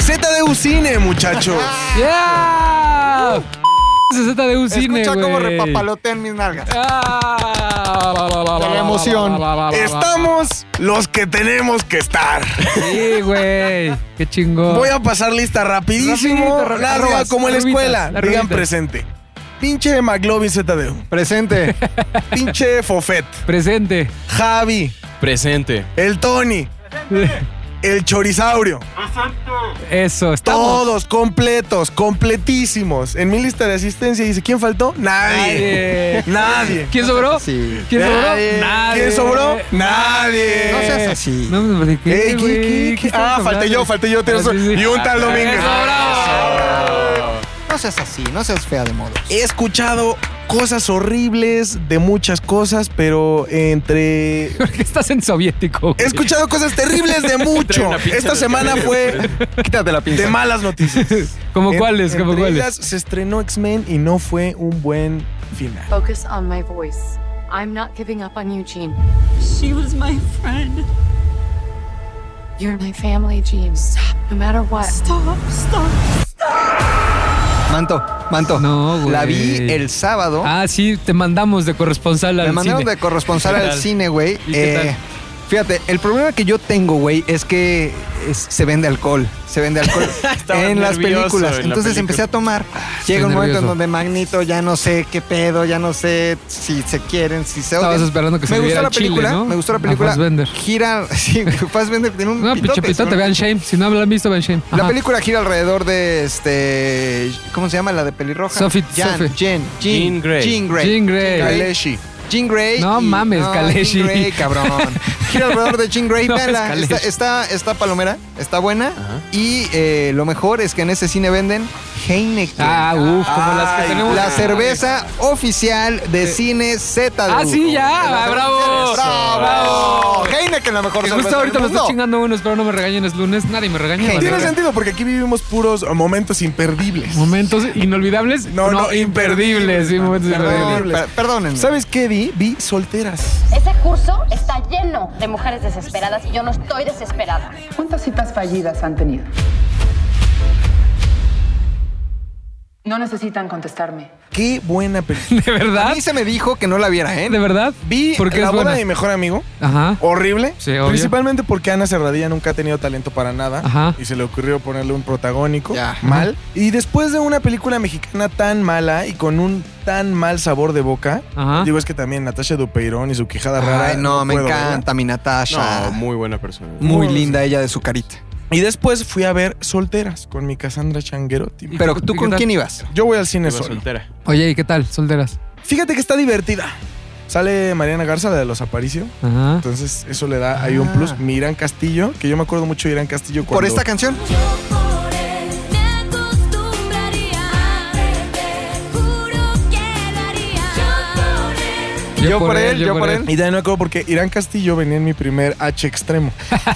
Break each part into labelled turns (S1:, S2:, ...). S1: ZDU Cine, muchachos.
S2: Ah,
S1: Uh.
S2: ¡Yeah! Se de un cine,
S3: Escucha cómo
S2: güey.
S3: repapalotean mis nalgas.
S2: Ah, la, la, la,
S3: De la
S2: la,
S3: emoción.
S2: la, la, la, la, la.
S1: Estamos los que tenemos que estar.
S2: Sí, güey. Qué chingón.
S1: Voy a pasar lista rapidísimo.
S2: Rapidito, ra-
S1: Larga
S2: arrobas,
S1: como en la
S2: arrobitas,
S1: escuela. Digan
S2: arrobitas.
S1: presente. Pinche McLovin ZDU.
S3: Presente.
S1: Pinche Fofet.
S2: Presente.
S1: Javi.
S4: Presente.
S1: El Tony. El Chorisaurio.
S2: Eso, estamos.
S1: Todos completos, completísimos. En mi lista de asistencia dice, ¿quién faltó? Nadie.
S2: Nadie.
S1: Nadie.
S2: ¿Quién sobró?
S3: Sí.
S2: ¿Quién sobró?
S1: Nadie.
S2: Nadie.
S1: ¿Quién sobró?
S3: No
S2: Eh,
S3: seas
S1: Nadie.
S3: así.
S2: No, no, ¿de qué,
S1: Ey, ¿qué,
S2: güey?
S1: qué,
S2: ¿Qué
S1: qué?
S2: estamos
S1: Ah, falté
S2: hablando?
S1: yo, falté yo. tienes
S2: Ah, sí, sí.
S1: razón. Y un tal Domínguez.
S2: Eso, bravo.
S3: No seas así, no seas fea de modos.
S1: He escuchado cosas horribles de muchas cosas, pero entre...
S2: ¿Por qué estás en soviético?
S1: He
S2: güey?
S1: escuchado cosas terribles de mucho.
S4: una pinza
S1: Esta
S4: de
S1: semana fue
S3: Quítate la pinza.
S1: de malas noticias.
S2: ¿Cómo
S1: En-
S2: cuáles? ¿Cómo
S1: entre
S2: cuáles?
S1: ellas, se estrenó X-Men y no fue un buen final.
S5: Focus on my voice. I'm not giving up on you, Gene.
S6: She was my friend.
S5: You're my family, Gene. Stop. No matter what.
S6: Stop, stop.
S3: Manto, manto.
S2: No, güey.
S3: La vi el sábado.
S2: Ah, sí, te mandamos de corresponsal al
S3: Me mandaron
S2: cine.
S3: de corresponsal
S2: ¿Qué
S3: al
S2: tal?
S3: cine, güey.
S2: ¿Y qué
S3: Eh,
S2: tal?
S3: Fíjate, el problema que yo tengo, güey, es que es- se vende alcohol. Se vende alcohol
S4: Estaba
S3: en las
S4: nervioso
S3: películas.
S4: en la
S3: Entonces
S4: película.
S3: empecé a tomar.
S2: Ah, estoy
S3: Llega un momento en
S2: nervioso.
S3: donde Magnito ya no sé qué pedo, ya no sé si se quieren, si se
S2: Estabas
S3: odian.
S2: esperando que se le
S3: me gustó
S2: diera
S3: la
S2: el chile,
S3: película,
S2: ¿no?
S3: me gustó la
S2: A
S3: película.
S2: Fassbender.
S3: Gira, sí, Fassbender tiene un
S2: No, pinche
S3: pitote,
S2: pitote,
S3: ¿no?
S2: vean Shame. Si no la han visto, vean Shame.
S3: La
S2: Ajá.
S3: película gira alrededor de este. ¿Cómo se llama? La de pelirroja.
S2: Sophie-
S3: Jan,
S2: Sophie.
S3: Jen,
S4: Jean Grey.
S3: Jean Grey.
S2: Jean Grey.
S3: Kaleshi. Jean Grey.
S2: No mames, Kaleshi.
S3: Jean Grey, cabrón. Gira alrededor de Jean Grey.
S2: No mames,
S3: véanla.
S2: Kaleshi.
S3: está, está, está palomera, está buena. Y eh, lo mejor es que en ese cine venden Heineken.
S2: Ah, uff, como las que
S1: Ay,
S2: tenemos.
S3: la cerveza oficial de cine Z.
S2: Ah, sí, ya. ah, bravo.
S3: ¡Bravo! Heineken, la mejor
S2: Que
S3: cerveza
S2: justo ahorita
S3: del
S2: me estoy
S3: mundo.
S2: chingando uno, espero no me regañen, es lunes, nadie me regaña. vale,
S1: Tiene
S2: verga.
S1: sentido porque aquí vivimos puros momentos imperdibles.
S2: Momentos inolvidables.
S1: No,
S2: No,
S1: no,
S2: imperdibles. Sí, momentos
S1: Perdón.
S2: imperdibles.
S3: Per- Perdónenme.
S1: ¿Sabes qué vi? Vi solteras.
S7: Ese curso está lleno de mujeres desesperadas y yo no estoy desesperada.
S8: ¿Cuántas citas fallidas han tenido? No necesitan contestarme.
S1: Qué buena película.
S2: ¿De
S3: A
S2: verdad?
S3: mí se me dijo que no la viera, ¿eh?
S2: ¿De verdad?
S1: Vi
S2: Porque
S1: la
S2: es
S1: boda
S2: buena.
S1: de mi mejor amigo.
S2: Ajá.
S1: Horrible.
S2: Sí, obvio.
S1: Principalmente porque Ana Serradilla nunca ha tenido talento para nada.
S2: Ajá.
S1: Y se le ocurrió ponerle un protagónico.
S3: Ya.
S1: Mal. Y después de una película mexicana tan mala y con un tan mal sabor de boca.
S2: Ajá.
S1: Digo, es que también Natasha Dupeirón y su quijada rara.
S3: Ay, no, me
S1: puedo verla.
S3: encanta mi Natasha.
S4: No, muy buena persona.
S3: muy linda ella de su carita.
S1: Y después fui a ver Solteras con mi Cassandra Changuerotti.
S2: ¿Y
S3: Pero
S2: qué-
S3: tú
S2: qué
S3: con
S2: tal?
S3: quién ibas?
S1: Yo voy al cine
S4: Iba
S1: solo.
S4: soltera.
S2: Oye, ¿y qué tal? Solteras.
S1: Fíjate que está divertida. Sale Mariana Garza, la de los Aparicio.
S2: Ajá.
S1: Entonces, eso le da ahí un
S3: Ah.
S1: plus. Mi Irán Castillo, que yo me acuerdo mucho de Irán Castillo cuando...
S3: Por esta canción.
S6: Yo por él me acostumbraría a verte. Juro que lo haría.
S3: Yo
S6: Yo por él.
S3: por él, yo por él.
S1: Y también me acuerdo porque Irán Castillo venía en mi primer H extremo.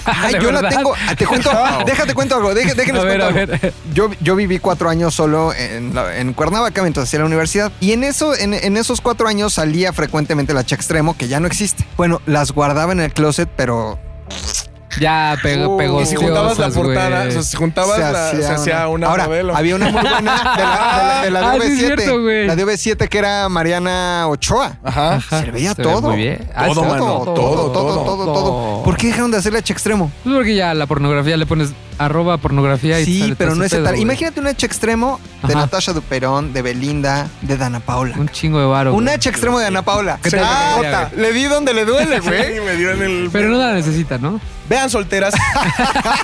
S3: Ay,
S2: ¿De
S3: yo la
S2: verdad?
S3: tengo. Ah, Te cuento. déjate cuento algo. deje- déjenles
S2: A ver,
S3: cuento
S2: a
S3: algo.
S2: ver.
S3: Yo, yo viví cuatro años solo en, la- en Cuernavaca mientras hacía la universidad. Y en, eso, en, en esos cuatro años salía frecuentemente la hacha extremo, que ya no existe. Bueno, las guardaba en el closet, pero
S2: Ya, pegó, pegó.
S1: y si juntabas la portada, o sea, si juntabas la- se hacía una,
S3: Ahora,
S1: novela.
S3: había una muy buena de la, de la- de la
S2: Ah,
S3: de
S2: sí es
S3: OV7.
S2: cierto, güey.
S3: la de OV7 que era Mariana Ochoa.
S2: Ah,
S1: Ajá.
S3: Se veía todo.
S2: Muy bien. Ah,
S1: Todo,
S2: sí,
S1: mano,
S3: todo, todo, todo, todo, todo. ¿Por qué dejaron de hacer la hacha extremo?
S2: Pues porque ya la pornografía le pones arroba pornografía y te
S3: Sí,
S2: sale
S3: pero
S2: todo
S3: no es
S2: ese pedo,
S3: tal.
S2: güey.
S3: Imagínate un hacha extremo de
S2: Ajá.
S3: Natasha Duperón, de Belinda, de Dana Paula.
S2: Un chingo de varo.
S3: Un
S2: güey.
S3: hacha extremo de Ah, Ana Paula.
S2: ¿Qué
S3: Se
S2: tal?
S3: la bota. Le di donde le duele, güey.
S1: Sí, me dio en el-
S2: Pero no la necesita, ¿no?
S1: Vean solteras.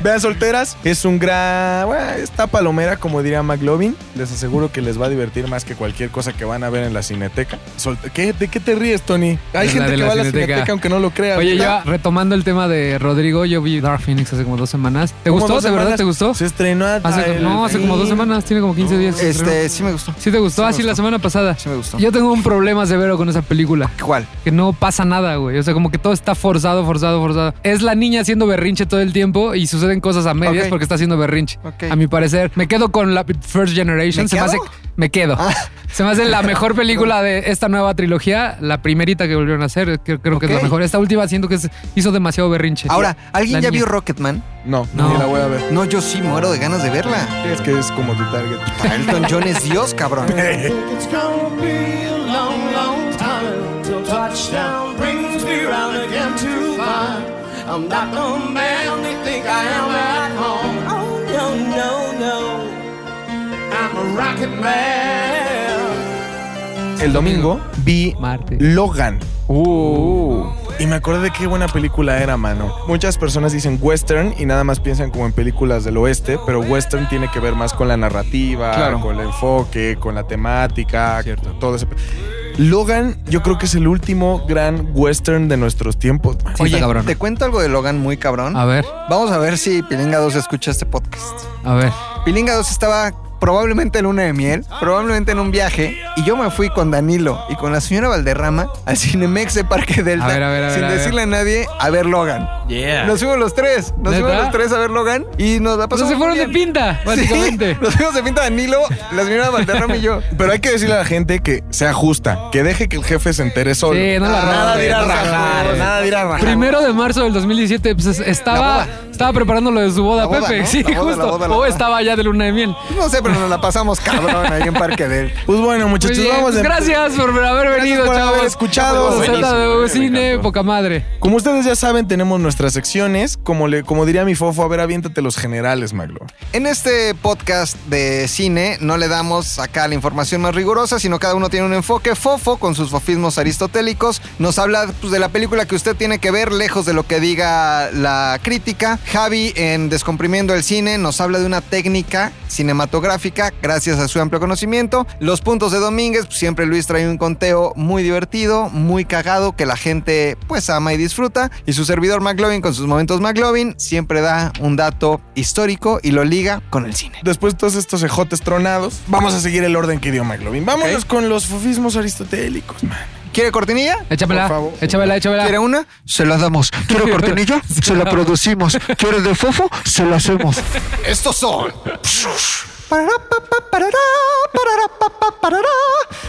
S1: Vean solteras. Es un gran. Bueno, está palomera, como diría McLovin. Les aseguro que les va a divertir más que cualquier cosa que van a ver en la cineteca. Solte- ¿Qué? ¿De qué te ríes, Tony? Hay
S2: Es la
S1: gente
S2: de
S1: que
S2: la
S1: va a la
S2: cineteca.
S1: cineteca, aunque no lo crea.
S2: Oye,
S1: ¿verdad?
S2: ya retomando el tema de Rodrigo, yo vi Dark Phoenix hace como dos semanas. ¿Te
S1: Como
S2: gustó?
S1: dos
S2: ¿De verdad
S1: semanas
S2: te gustó?
S1: Se estrenó
S2: Hace-
S1: el
S2: no, hace como dos
S1: fin.
S2: semanas, tiene como 15 días. que se
S3: Este,
S2: estrenó.
S3: sí me gustó.
S2: ¿Sí te gustó?
S3: sí me
S2: así
S3: gustó.
S2: la semana pasada.
S3: Sí me gustó.
S2: Yo tengo un problema severo con esa película.
S3: ¿Cuál?
S2: Que no pasa nada, güey. O sea, como que todo está forzado, forzado, forzado. Es la niña haciendo berrinche todo el tiempo y suceden cosas a medias
S3: Ok.
S2: porque está haciendo berrinche.
S3: Ok.
S2: A mi parecer, me quedo con la First Generation.
S3: ¿Me
S2: se me
S3: quedo?
S2: hace. Me quedo.
S3: Ah.
S2: Se me hace la mejor película de esta nueva trilogía, la primerita que volvieron a hacer. Creo, creo que es la
S3: Ok.
S2: mejor. Esta última siento que es- hizo demasiado berrinche.
S3: Ahora, ¿alguien
S2: La
S3: ya
S2: niña.
S3: vio Rocketman?
S1: No,
S2: No.
S1: ni la voy a ver.
S3: No, yo sí muero de ganas de verla.
S1: Es que es como tu target.
S3: Elton John es Dios, cabrón.
S9: It's gonna be a long, long time till touchdown brings me round again to find I'm not the man they think I am at home. Oh no, no, no, I'm a rocket man.
S1: El domingo vi
S2: Marte.
S1: Logan.
S4: Uh.
S1: Y me acordé de qué buena película era, mano. Muchas personas dicen western y nada más piensan como en películas del oeste, pero western tiene que ver más con la narrativa,
S3: Claro.
S1: con el enfoque, con la temática,
S4: Cierto.
S1: todo ese. pe- Logan, yo creo que es el último gran western de nuestros tiempos. man.
S2: Sí, está cabrón.
S3: Te cuento algo de Logan muy cabrón.
S2: A ver,
S3: Vamos a ver si Pilinga 2 escucha este podcast.
S2: a ver.
S3: Pilinga 2 estaba probablemente en luna de miel, probablemente en un viaje, y yo me fui con Danilo y con la señora Valderrama al Cinemex de Parque Delta,
S2: A ver, a ver, a
S3: sin
S2: ver, a ver.
S3: decirle a nadie, a ver Logan.
S4: Yeah.
S3: Nos fuimos los tres, nos
S2: ¿Neta?
S3: fuimos los tres a ver Logan y nos la
S2: Pues
S3: pasamos
S2: se fueron
S3: muy
S2: de
S3: bien.
S2: pinta, básicamente.
S3: Sí, nos fuimos de pinta Danilo, la señora Valderrama y yo.
S1: Pero hay que decirle a la gente que sea justa, que deje que el jefe se entere solo.
S2: Sí, no la
S1: nada
S2: roben,
S1: de ir a
S2: no la
S1: rajar,
S2: roben.
S1: nada de ir a rajar.
S2: Primero de marzo del 2017, pues
S3: La
S2: estaba,
S3: boda.
S2: estaba preparando lo de su boda,
S3: La boda,
S2: Pepe.
S3: ¿no?
S2: Sí,
S3: La boda, la
S2: justo.
S3: boda, la
S2: o
S3: boda.
S2: estaba ya de luna de miel.
S3: No sé, pero nos la pasamos cabrón ahí en Parque Delta.
S1: Pues bueno,
S2: Muy
S1: muchachos,
S2: bien,
S1: vamos
S2: pues
S1: de-
S2: gracias por haber venido,
S1: por haber
S2: chavos.
S1: escuchado.
S2: Se trata de
S4: Buenísimo, me
S2: cine,
S4: encantó.
S2: poca madre.
S1: Como ustedes ya saben, tenemos nuestras secciones. Como, le, como diría mi fofo, a ver, aviéntate los generales, Maglo.
S3: En este podcast de cine no le damos acá la información más rigurosa, sino cada uno tiene un enfoque. Fofo, con sus fofismos aristotélicos, nos habla pues, de la película que usted tiene que ver, lejos de lo que diga la crítica. Javi, en Descomprimiendo el Cine, nos habla de una técnica cinematográfica, gracias a su amplio conocimiento. Los puntos de Domínguez, pues, siempre Luis trae un conteo muy divertido, muy cagado, que la gente pues ama y disfruta. Y su servidor McLovin, con sus momentos McLovin, siempre da un dato histórico y lo liga con el cine.
S1: Después de todos estos ejotes tronados, vamos a seguir el orden que dio McLovin. Vámonos con los fofismos aristotélicos, man.
S3: ¿Quiere cortinilla?
S2: Échamela,
S1: Por favor.
S2: échamela,
S3: ¿Quiere
S2: échamela.
S3: una?
S10: Se la damos. ¿Quiere cortinilla? Se la producimos. ¿Quiere de fofo? Se la hacemos.
S3: Estos son. Parará, parará, parará,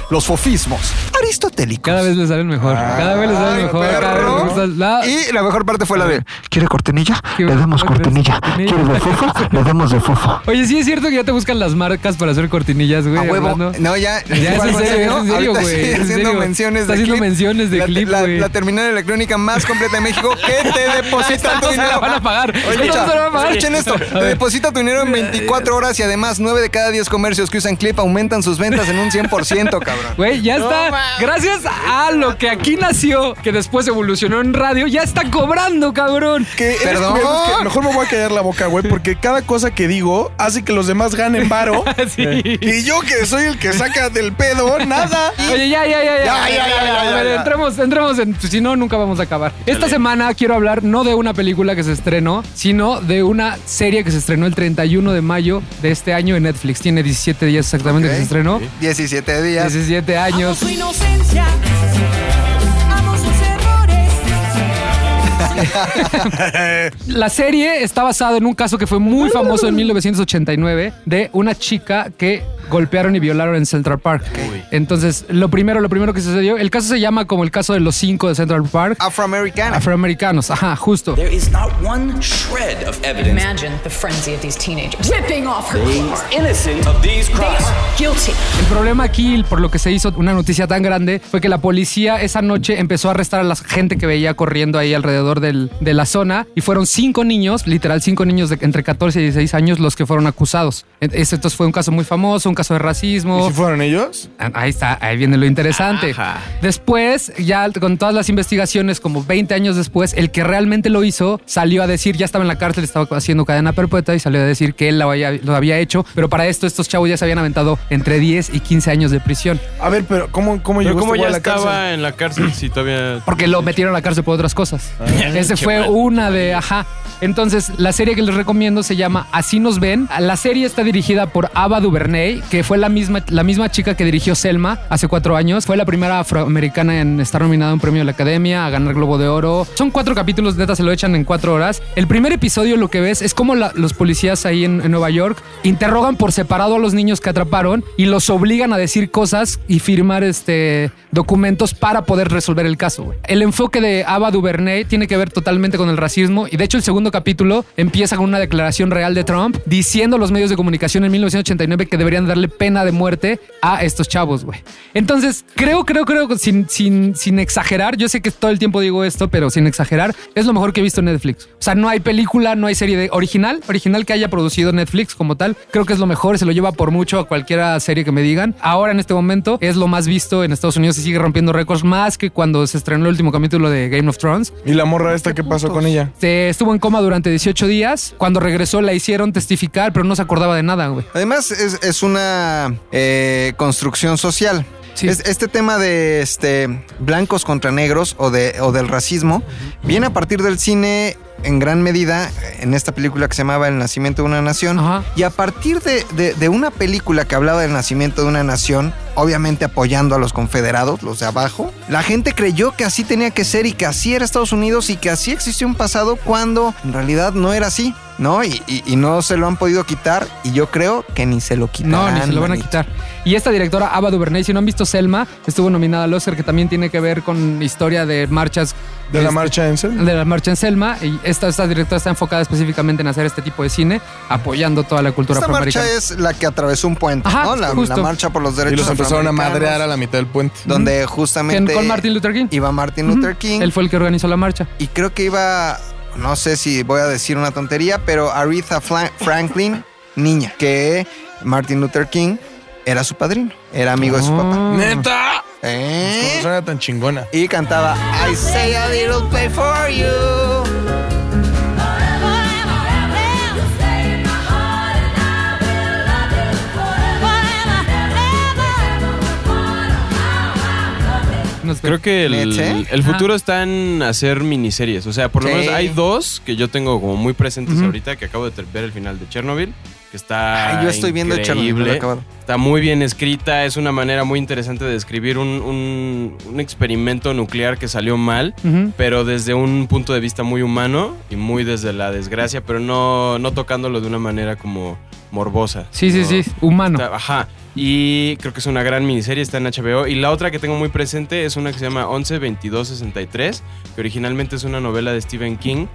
S3: Los fofismos aristotélicos.
S2: Cada vez le salen mejor. Cada vez le salen
S3: Ay,
S2: mejor. Cada vez
S3: perro.
S2: le gustan- la-
S3: Y la mejor parte fue la de.
S10: ¿Quiere cortinilla? Le damos cortinilla. ¿Quiere de fofo? Le damos de fofo.
S2: Oye, sí es cierto que ya te buscan las marcas para hacer cortinillas, güey.
S3: A huevo.
S2: hablando.
S3: No, ya.
S2: Ya, es en serio, es en serio,
S3: Ahorita
S2: güey,
S3: sí,
S2: es en
S3: haciendo
S2: serio.
S3: menciones
S2: Está
S3: de
S2: haciendo
S3: clip.
S2: menciones de
S3: la,
S2: clip,
S3: la,
S2: güey.
S3: la terminal electrónica más completa de México que te deposita
S2: Esta
S3: tu
S2: no se
S3: dinero.
S2: la van a pagar. Esta no
S3: Oye, escucha,
S2: se la van a pagar.
S3: escuchen esto.
S2: A
S3: Te
S2: ver.
S3: deposita tu dinero en 24 horas y además 9 de cada 10 comercios que usan clip aumentan sus ventas en un 100%, cabrón.
S2: Güey, ya está. Gracias a lo que aquí nació, que después evolucionó en radio, ya está cobrando, cabrón.
S1: Que eres
S3: Perdón.
S1: tú, güey, que mejor me voy a callar la boca, güey, porque cada cosa que digo hace que los demás ganen varo.
S2: Sí.
S1: y yo que soy el que saca del pedo, nada.
S2: Oye, ya, ya, ya, ya.
S1: Ya, ya, ya, ya,
S2: A ver,
S1: ya, ya.
S2: Entremos, entremos en. Si no, nunca vamos a acabar. Esta semana quiero hablar no de una película que se estrenó, sino de una serie que se estrenó el 31 de mayo de este año en Netflix. Tiene 17 días exactamente
S3: Ok.
S2: que se estrenó.
S3: 17 días.
S2: 17
S6: Amo
S2: años.
S6: su inocencia, amo sus errores.
S2: La serie está basada en un caso que fue muy famoso en 1989 de una chica que golpearon y violaron en Central Park. Entonces, lo primero, lo primero que sucedió, el caso se llama como el caso de los cinco de Central Park.
S3: Ah. Afroamericana.
S2: Afroamericanos, ajá, justo.
S9: There is not one shred of evidence
S11: Imagine the frenzy of these teenagers ripping off her
S9: he's innocent of these crimes.
S11: guilty.
S2: El problema aquí, por lo que se hizo una noticia tan grande, fue que la policía esa noche empezó a arrestar a la gente que veía corriendo ahí alrededor del- de la zona y fueron cinco niños, literal cinco niños de entre 14 y 16 años los que fueron acusados. Este entonces fue un caso muy famoso, un caso de racismo.
S1: ¿Y si fueron ellos?
S2: ah, Ahí está, ahí viene lo interesante.
S4: Ajá.
S2: Después, ya con todas las investigaciones, como 20 años después, el que realmente lo hizo salió a decir, ya estaba en la cárcel, estaba haciendo cadena perpetua y salió a decir que él lo había, lo había hecho, pero para esto estos chavos ya se habían aventado entre 10 y 15 años de prisión,
S1: A ver, pero ¿cómo, cómo
S4: Pero
S1: llegó
S4: como
S1: este güey
S4: ya
S1: a la
S4: estaba
S1: cárcel?
S4: en la cárcel si todavía...
S2: porque lo metieron a la cárcel por otras cosas. Ese
S4: Ah, Qué
S2: fue
S4: mal.
S2: una de, ajá. Entonces, la serie que les recomiendo se llama Así nos ven. La serie está dirigida por Ava DuVernay, que fue la misma, la misma chica que dirigió Selma hace cuatro años. Fue la primera afroamericana en estar nominada a un premio de la Academia, a ganar Globo de Oro. Son cuatro capítulos, neta, se lo echan en cuatro horas. El primer episodio lo que ves es como la- los policías ahí en, en Nueva York interrogan por separado a los niños que atraparon y los obligan a decir cosas y firmar este, documentos para poder resolver el caso. güey. El enfoque de Ava DuVernay tiene que ver totalmente con el racismo y de hecho el segundo capítulo empieza con una declaración real de Trump diciendo a los medios de comunicación en 1989 que deberían darle pena de muerte a estos chavos, güey. Entonces, creo, creo, creo, que sin, sin, sin exagerar, yo sé que todo el tiempo digo esto, pero sin exagerar, es lo mejor que he visto en Netflix. O sea, no hay película, no hay serie de original, original que haya producido Netflix como tal. Creo que es lo mejor, se lo lleva por mucho a cualquiera serie que me digan. Ahora en este momento es lo más visto en Estados Unidos y sigue rompiendo récords más que cuando se estrenó el último capítulo de Game of Thrones.
S1: ¿Y la morra esta qué pasó con ella?
S2: Este, estuvo en coma durante 18 días. Cuando regresó la hicieron testificar, pero no se acordaba de nada, güey.
S3: Además, es, es una eh, construcción social. Es- este tema de este, blancos contra negros o, de, o del racismo viene a partir del cine en gran medida en esta película que se llamaba El nacimiento de una nación. Y a partir de, de- de una película que hablaba del nacimiento de una nación, obviamente apoyando a los confederados, los de abajo, la gente creyó que así tenía que ser y que así era Estados Unidos y que así existió un pasado cuando en realidad no era así. ¿No? Y, y- y no se lo han podido quitar y yo creo que ni se lo quitarán.
S2: No, ni se lo van a
S3: manito.
S2: quitar. Y esta directora, Ava DuVernay, si no han visto Selma, estuvo nominada al Oscar, que también tiene que ver con historia de marchas. este,
S1: ¿De
S4: Este,
S1: la marcha en Selma?
S2: De la marcha en Selma. Y esta, esta directora está enfocada específicamente en hacer este tipo de cine, apoyando toda la cultura
S3: Esta
S2: afroamericana.
S3: marcha es la que atravesó un puente,
S2: Ajá,
S3: ¿no? La,
S2: justo.
S3: la marcha por los
S1: Y
S3: derechos
S1: los empezaron a
S3: afroamericanos,
S1: madrear a la mitad del puente.
S3: Donde justamente...
S2: En- con Martin Luther King.
S3: Iba Martin Luther King.
S2: Él fue el que organizó la marcha.
S3: Y creo que iba, no sé si voy a decir una tontería, pero Aretha Fla- Franklin, niña, que Martin Luther King era su padrino, era amigo de su
S2: Ah. Oh,
S3: papá.
S1: ¡Neta!
S3: ¿Eh?
S1: No suena tan chingona.
S3: Y cantaba I say a little play for you.
S4: Creo que el,
S3: ¿Neta? Ah.
S4: el futuro está en hacer miniseries. O sea, por lo
S3: Sí.
S4: menos hay dos que yo tengo como muy presentes
S3: Ujú.
S4: ahorita, que acabo de ter- ver el final de Chernobyl, que está
S3: Ay, yo estoy viendo Chernobyl, no lo he
S4: increíble.
S3: acabado.
S4: Está muy bien escrita, es una manera muy interesante de escribir un, un- un experimento nuclear que salió mal,
S2: Ujú.
S4: pero desde un punto de vista muy humano y muy desde la desgracia, pero no, no tocándolo de una manera como morbosa.
S2: Sí, sí,
S4: sino-
S2: sí. Humano.
S4: Está- ajá. Y creo que es una gran miniserie, está en HBO. Y la otra que tengo muy presente es una que se llama 11-22-63, que originalmente es una novela de Stephen King.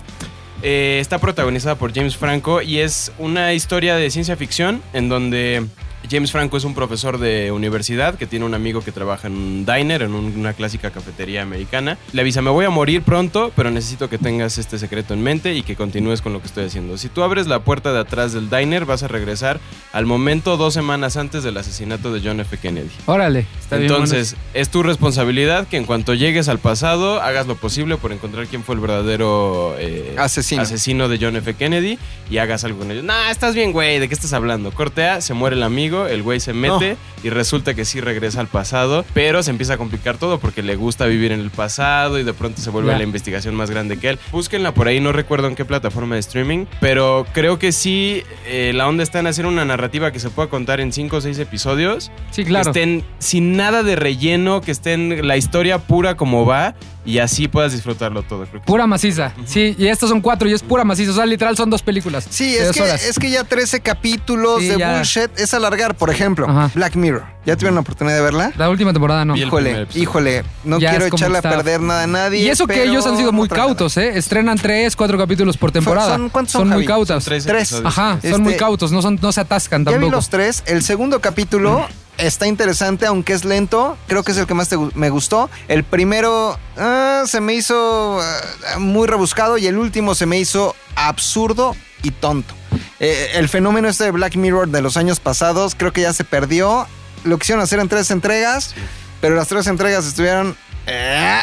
S4: Eh, está protagonizada por James Franco y es una historia de ciencia ficción en donde James Franco es un profesor de universidad que tiene un amigo que trabaja en un diner, en un- una clásica cafetería americana. Le avisa, me voy a morir pronto, pero necesito que tengas este secreto en mente y que continúes con lo que estoy haciendo. Si tú abres la puerta de atrás del diner, vas a regresar al momento dos semanas antes del asesinato de John F. Kennedy.
S2: Órale. Está bien,
S4: Entonces, es tu responsabilidad que en cuanto llegues al pasado, hagas lo posible por encontrar quién fue el verdadero eh,
S3: Asesino.
S4: de John F. Kennedy y hagas algo con ello. Nah, estás bien, güey, ¿de qué estás hablando? Cortea, se muere el amigo, el güey se mete y resulta que sí regresa al pasado, pero se empieza a complicar todo porque le gusta vivir en el pasado y de pronto se vuelve
S2: Ya.
S4: la investigación más grande que él. Búsquenla por ahí, no recuerdo en qué plataforma de streaming, pero creo que sí, eh, la onda está en hacer una narrativa que se pueda contar en 5 o 6 episodios
S2: bueno. Sí, claro.
S4: que estén sin nada de relleno, que estén la historia pura como va y así puedas disfrutarlo todo. Creo que-
S2: Pura maciza. Sí, y estas son cuatro y es pura maciza. O sea, literal son dos películas.
S3: Sí,
S2: de
S3: es
S2: dos
S3: que,
S2: horas.
S3: es que ya 13 capítulos
S2: Sí,
S3: de
S2: ya.
S3: bullshit es alargar. Por ejemplo,
S2: Ajá.
S3: Black Mirror. ¿Ya tuvieron la oportunidad de verla?
S2: La última temporada no.
S4: Vi el primer
S3: Híjole,
S4: episodio.
S3: híjole, no
S2: Ya
S3: quiero
S2: es como
S3: echarle a
S2: está.
S3: perder nada a nadie.
S2: Y eso que
S3: pero
S2: ellos han sido muy
S3: no traen
S2: cautos, ¿eh? Estrenan tres, cuatro capítulos por temporada.
S3: Son- ¿cuántos son,
S2: muy
S3: Javi?
S2: cautos.
S4: Son tres
S3: Tres.
S4: episodios.
S2: Ajá,
S3: Este-
S2: son muy cautos, no, son, no se atascan
S3: Ya vi
S2: tampoco.
S3: los tres. El segundo capítulo está interesante, aunque es lento. Creo que es el que más te gu- me gustó. El primero ah, se me hizo ah, muy rebuscado y el último se me hizo absurdo y tonto. Eh, el fenómeno este de Black Mirror de los años pasados creo que ya se perdió. Lo quisieron hacer en tres entregas, pero las tres entregas estuvieron... eh,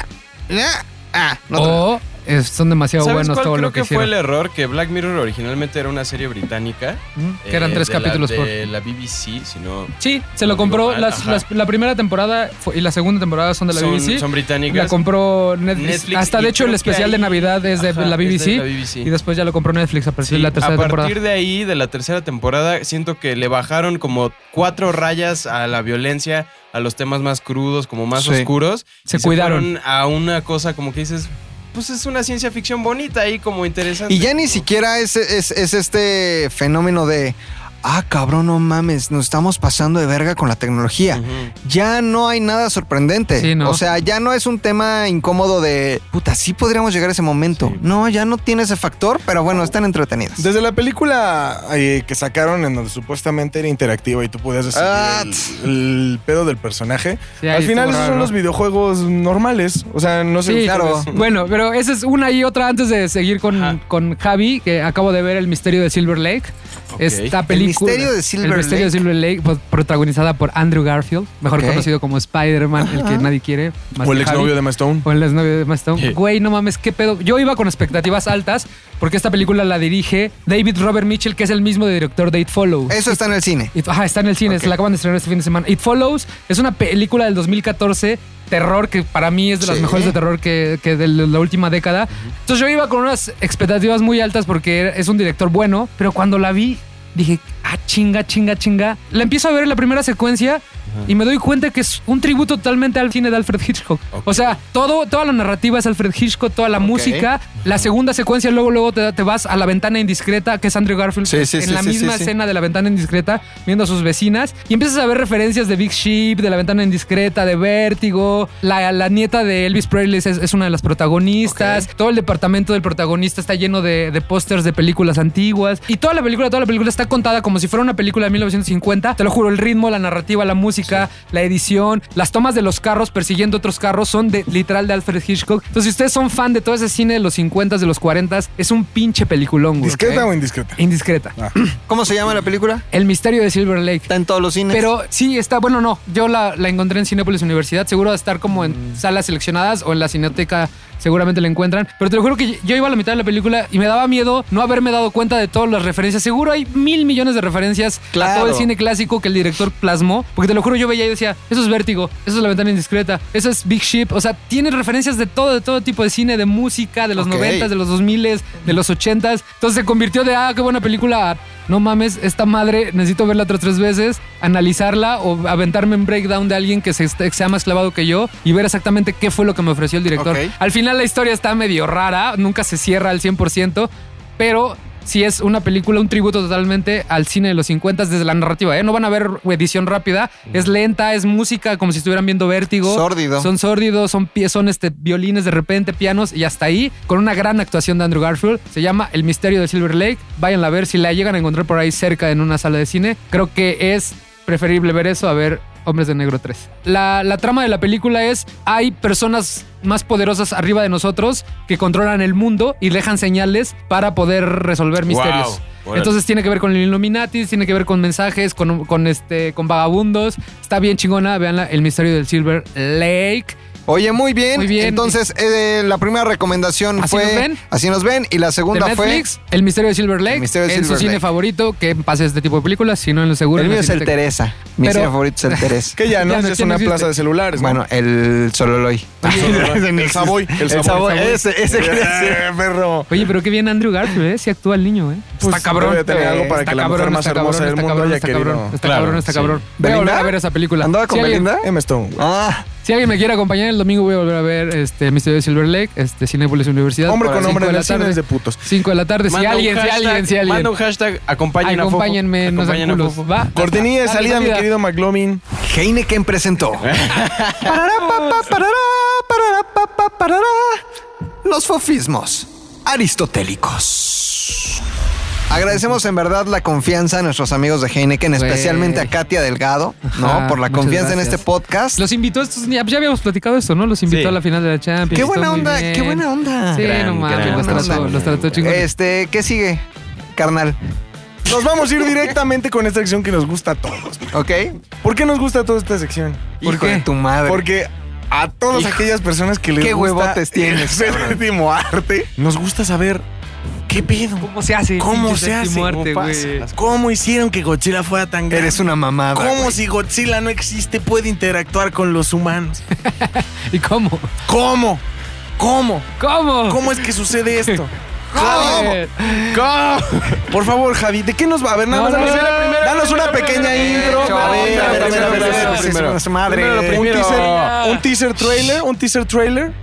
S3: eh, ah, no tra-
S2: O es- son demasiado
S4: ¿Sabes
S2: buenos
S4: cuál
S2: todo
S4: creo
S2: lo que,
S4: que, fue el
S2: hicieron.
S4: error? Que Black Mirror originalmente era una serie británica.
S2: ¿Mm? que eran tres
S4: Eh, de la-
S2: capítulos por-
S4: de la BBC, si no...
S2: Sí, se lo
S4: no digo
S2: compró.
S4: mal,
S2: las-
S4: ajá.
S2: las- la primera temporada fue- y la segunda temporada son de la
S4: Son-
S2: BBC.
S4: son británicas.
S2: La compró Netflix.
S4: Netflix,
S2: Hasta
S4: y
S2: de hecho el
S4: creo que
S2: especial de
S4: ahí-
S2: Navidad es de,
S4: ajá,
S2: la
S4: es de
S2: BBC,
S4: la BBC.
S2: Y después ya lo compró Netflix a partir
S4: Sí,
S2: de la
S4: a
S2: tercera
S4: partir
S2: temporada.
S4: de ahí, de la tercera temporada, siento que le bajaron como cuatro rayas a la violencia, a los temas más crudos, como más
S2: Sí.
S4: oscuros.
S2: Se
S4: y
S2: cuidaron.
S4: fueron a una cosa como que dices, pues es una ciencia ficción bonita y como interesante.
S3: Y ya ni siquiera es, es- es este fenómeno de, ah, cabrón, no mames, nos estamos pasando de verga con la tecnología. Ya no hay nada sorprendente.
S2: Sí, ¿no?
S3: O sea, ya no es un tema incómodo de, puta, sí podríamos llegar a ese momento. No, ya no tiene ese factor, pero bueno, están entretenidas.
S1: Desde la película eh, que sacaron en donde supuestamente era interactiva y tú podías decidir
S3: Ah,
S1: el, el pedo del personaje,
S2: Sí, ahí
S1: al final
S2: estuvo
S1: esos
S2: raro,
S1: son
S2: ¿no?
S1: los videojuegos normales. O sea, no sé.
S2: Sí,
S1: ustedes.
S2: Bueno, pero esa es una y otra antes de seguir con, con Javi, que acabo de ver El Misterio de Silver Lake. Esta
S3: El
S2: película.
S3: Misterio de Silver
S2: El Misterio de
S3: Lake.
S2: Silver Lake, pues, protagonizada por Andrew Garfield, mejor
S3: Ok.
S2: conocido como Spider-Man, el que
S3: Ajá.
S2: nadie quiere. más
S1: O el
S2: que Javi.
S1: exnovio de Mastone.
S2: O el exnovio de Emma Stone.
S1: Sí.
S2: Güey, no mames, qué pedo. Yo iba con expectativas altas porque esta película la dirige David Robert Mitchell, que es el mismo director de It Follows.
S3: Eso está en el cine.
S2: It- ajá, está en el cine,
S3: Ok.
S2: se la acaban de estrenar este fin de semana. It Follows es una película del 2014, terror, que para mí es de las
S3: Sí.
S2: mejores de terror que, que de la última década. Entonces yo iba con unas expectativas muy altas porque es un director bueno, pero cuando la vi dije, ah, chinga, chinga, chinga. La empiezo a ver en la primera secuencia y me doy cuenta que es un tributo totalmente al cine de Alfred Hitchcock. O sea, todo, toda la narrativa es Alfred Hitchcock, toda la música. La segunda secuencia, luego, luego te, te vas a la ventana indiscreta, que es Andrew Garfield,
S3: Sí, sí,
S2: en
S3: sí,
S2: la
S3: sí,
S2: misma
S3: sí, sí.
S2: escena escena de la ventana indiscreta viendo a sus vecinas y empiezas a ver referencias de Big Ship, de la ventana indiscreta, de Vértigo. La, la nieta de Elvis Presley es, es una de las protagonistas. Todo el departamento del protagonista está lleno de, de pósters de películas antiguas. Y toda la película, toda la película está contada como si fuera una película de 1950. Te lo juro, el ritmo, la narrativa, la música, la edición, las tomas de los carros persiguiendo otros carros son de literal de Alfred Hitchcock. Entonces, si ustedes son fan de todo ese cine de los 50s, de los 40s, es un pinche peliculón, güey.
S1: ¿Discreta
S2: Ok.
S1: o indiscreta?
S2: Eh, Indiscreta.
S3: ¿Cómo se llama la película?
S2: El misterio de Silver Lake.
S3: Está en todos los cines.
S2: Pero sí, está, bueno, no. Yo la, la encontré en Cinepolis Universidad. Seguro va a estar como
S3: Mm.
S2: en salas seleccionadas o en la cineteca seguramente la encuentran. Pero te lo juro que yo iba a la mitad de la película y me daba miedo no haberme dado cuenta de todas las referencias. Seguro hay mil millones de referencias a
S3: Claro.
S2: todo el cine clásico que el director plasmó. Porque te lo juro, yo veía y decía, eso es Vértigo, eso es La Ventana Indiscreta, eso es Big Ship. O sea, tiene referencias de todo, de todo tipo de cine, de música, de los
S3: Ok.
S2: noventas, de los 2000, de los 80. Entonces se convirtió de, ah, qué buena película. a, No mames, esta madre, necesito verla otras tres veces, analizarla o aventarme en breakdown de alguien que, se, est- que sea más clavado que yo y ver exactamente qué fue lo que me ofreció el director.
S3: Ok.
S2: Al final la historia está medio rara, nunca se cierra al 100%, pero sí es una película, un tributo totalmente al cine de los 50 desde la narrativa. ¿eh? No van a ver edición rápida, es lenta, es música como si estuvieran viendo vértigo.
S3: Sórdido.
S2: Son sórdidos, son, pie- son este, violines de repente, pianos y hasta ahí, con una gran actuación de Andrew Garfield. Se llama El misterio de Silver Lake. Váyanla a ver si la llegan a encontrar por ahí cerca en una sala de cine. Creo que es preferible ver eso a ver Hombres de Negro 3. La, la trama de la película es, hay personas más poderosas arriba de nosotros que controlan el mundo y dejan señales para poder resolver misterios.
S4: Órale.
S2: Entonces tiene que ver con el Illuminati, tiene que ver con mensajes, con, con, este, con vagabundos. Está bien chingona, veanla, El Misterio del Silver Lake.
S3: Oye, muy bien.
S2: Muy bien.
S3: Entonces, eh, la primera recomendación
S2: ¿Así
S3: fue
S2: nos ven?
S3: Así nos ven. Y la
S2: De
S3: segunda
S2: Netflix, El Misterio de Silver Lake,
S3: El Misterio de
S2: en su
S3: Silver
S2: cine
S3: Lake.
S2: favorito, que pase este tipo de películas, si no en lo seguro.
S3: fue.
S2: en
S3: El
S2: la
S3: mío es el
S2: Cineteca.
S3: Teresa. Mi
S2: Pero-
S3: cine favorito es el Teresa.
S1: Que ya no,
S2: Ya no,
S1: es
S2: ya no
S1: una
S2: existe.
S1: plaza de celulares. ¿no?
S3: Bueno, el Sololoy.
S1: el Savoy. El Savoy.
S3: Savoy, Ese, ese que decía.
S1: Eh, perro.
S2: Oye, pero qué bien Andrew Garfield, ¿eh? Si actúa el niño, ¿eh?
S1: Pues,
S2: está cabrón.
S1: debe tener algo para
S2: Está
S1: que la mujer
S2: cabrón,
S1: más
S2: está
S1: hermosa
S2: cabrón,
S1: del
S2: está
S1: mundo
S2: cabrón,
S1: haya
S2: está
S1: querido.
S2: cabrón, Está
S4: Claro,
S2: cabrón, está
S4: sí.
S2: cabrón. Voy a volver a
S3: ¿Belinda?
S2: ver esa película.
S3: ¿Andaba con
S2: Si alguien-
S3: Belinda?
S1: M. Stone. güey.
S3: Ah,
S2: Si alguien me quiere acompañar el domingo, voy a volver a ver este Misterio de Silver Lake, este Cinepolis Universidad.
S1: Hombre
S2: por
S1: con
S2: las
S1: hombre en
S2: cinco de la
S1: el cine
S2: tarde.
S1: es de putos.
S2: 5 de la tarde, si
S4: Manda un
S2: alguien, si
S4: hashtag-
S2: alguien, si alguien.
S4: Manda un hashtag, acompáñenme a Fofo.
S2: Acompáñenme, no sean
S4: Acompáñenme a
S2: culos.
S4: Fofo.
S2: Va.
S1: Cortinilla de
S2: Dale,
S1: salida, mi querido McLovin.
S3: Heineken presentó. Parará, pa, pa, parará, parará, pa, pa, parará. Los fofismos aristotélicos. Agradecemos en verdad la confianza a nuestros amigos de Heineken,
S2: Güey.
S3: especialmente a Katia Delgado,
S2: Ajá,
S3: ¿no? Por la
S2: muchas
S3: confianza en
S2: gracias.
S3: este podcast.
S2: Los invitó, estos, ya, ya habíamos platicado esto, ¿no? Los invitó
S4: Sí.
S2: a la final de la Champions.
S3: Qué
S2: estuvo
S3: buena
S2: muy
S3: onda,
S2: bien.
S3: qué buena onda.
S2: Sí,
S4: Gran,
S2: no mames,
S4: gran
S2: los trató,
S3: trabajo.
S2: los trató chingón.
S3: Este, ¿qué sigue, carnal?
S1: Nos vamos a ir directamente con esta sección que nos gusta a todos.
S3: ¿Ok?
S1: ¿Por qué nos gusta toda esta sección?
S2: ¿Por
S3: Hijo de
S2: qué?
S3: tu madre.
S1: Porque a todas aquellas personas que les
S3: qué
S1: gusta
S3: huevotes tienes,
S1: el
S3: cabrón.
S1: séptimo arte, nos gusta saber qué pedo.
S2: ¿Cómo se hace?
S1: ¿Cómo
S2: Pinche
S1: se hace?
S2: séptimo arte,
S1: ¿Cómo
S2: güey.
S1: pasa? ¿Cómo hicieron que Godzilla fuera tan grande?
S3: Eres una mamada.
S1: ¿Cómo
S3: güey.
S1: si Godzilla no existe puede interactuar con los humanos?
S2: ¿Y cómo?
S1: ¿Cómo? ¿Cómo?
S2: ¿Cómo? ¿Eh?
S1: ¿Cómo es que sucede esto? ¿Cómo?
S2: Joder.
S1: Por favor, Javi, ¿de qué nos va? A ver, nada
S2: No,
S1: más
S2: no,
S1: danos-
S2: no, no, no, no,
S1: danos
S2: no,
S1: una
S2: no,
S1: pequeña
S2: no, no,
S1: intro.
S2: no,
S1: A ver, a
S2: no,
S1: ver,
S2: no,
S1: a ver, a
S2: no,
S1: ver, a ver,
S2: no,
S1: a ver,
S4: no,
S1: primero.
S4: no,
S3: Es madre.
S4: Primero lo primero.
S1: Un teaser,
S2: Venga.
S1: un teaser trailer, un teaser trailer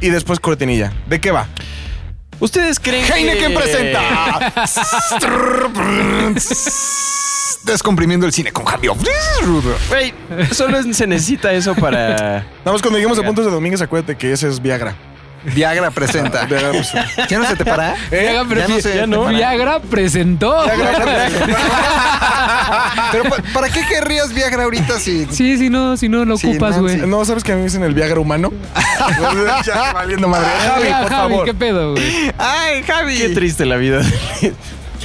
S1: y después cortinilla. ¿De qué va?
S4: ¿Ustedes creen
S3: Heineken
S4: que...
S3: presenta. Descomprimiendo el cine con Javi.
S4: Güey, solo es- se necesita eso para...
S1: Nada más cuando lleguemos a puntos de Domínguez, acuérdate que ese es Viagra.
S3: Viagra presenta.
S1: Viagra, pues,
S3: ¿Ya no se te para?
S1: ¿Eh?
S2: Viagra,
S3: Ya no sé,
S2: prefi-
S3: ya no.
S2: Viagra presentó.
S3: Pero pa- ¿para qué querrías Viagra ahorita si
S2: Sí, si no, si no lo
S3: Sí,
S2: ocupas,
S3: Nancy.
S2: güey.
S1: No, ¿sabes que a mí me dicen el Viagra humano? ya valiendo madre. Javi,
S2: Ya,
S1: por
S2: Javi,
S1: favor.
S2: ¿qué pedo, güey?
S3: Ay, Javi.
S4: Qué triste la vida.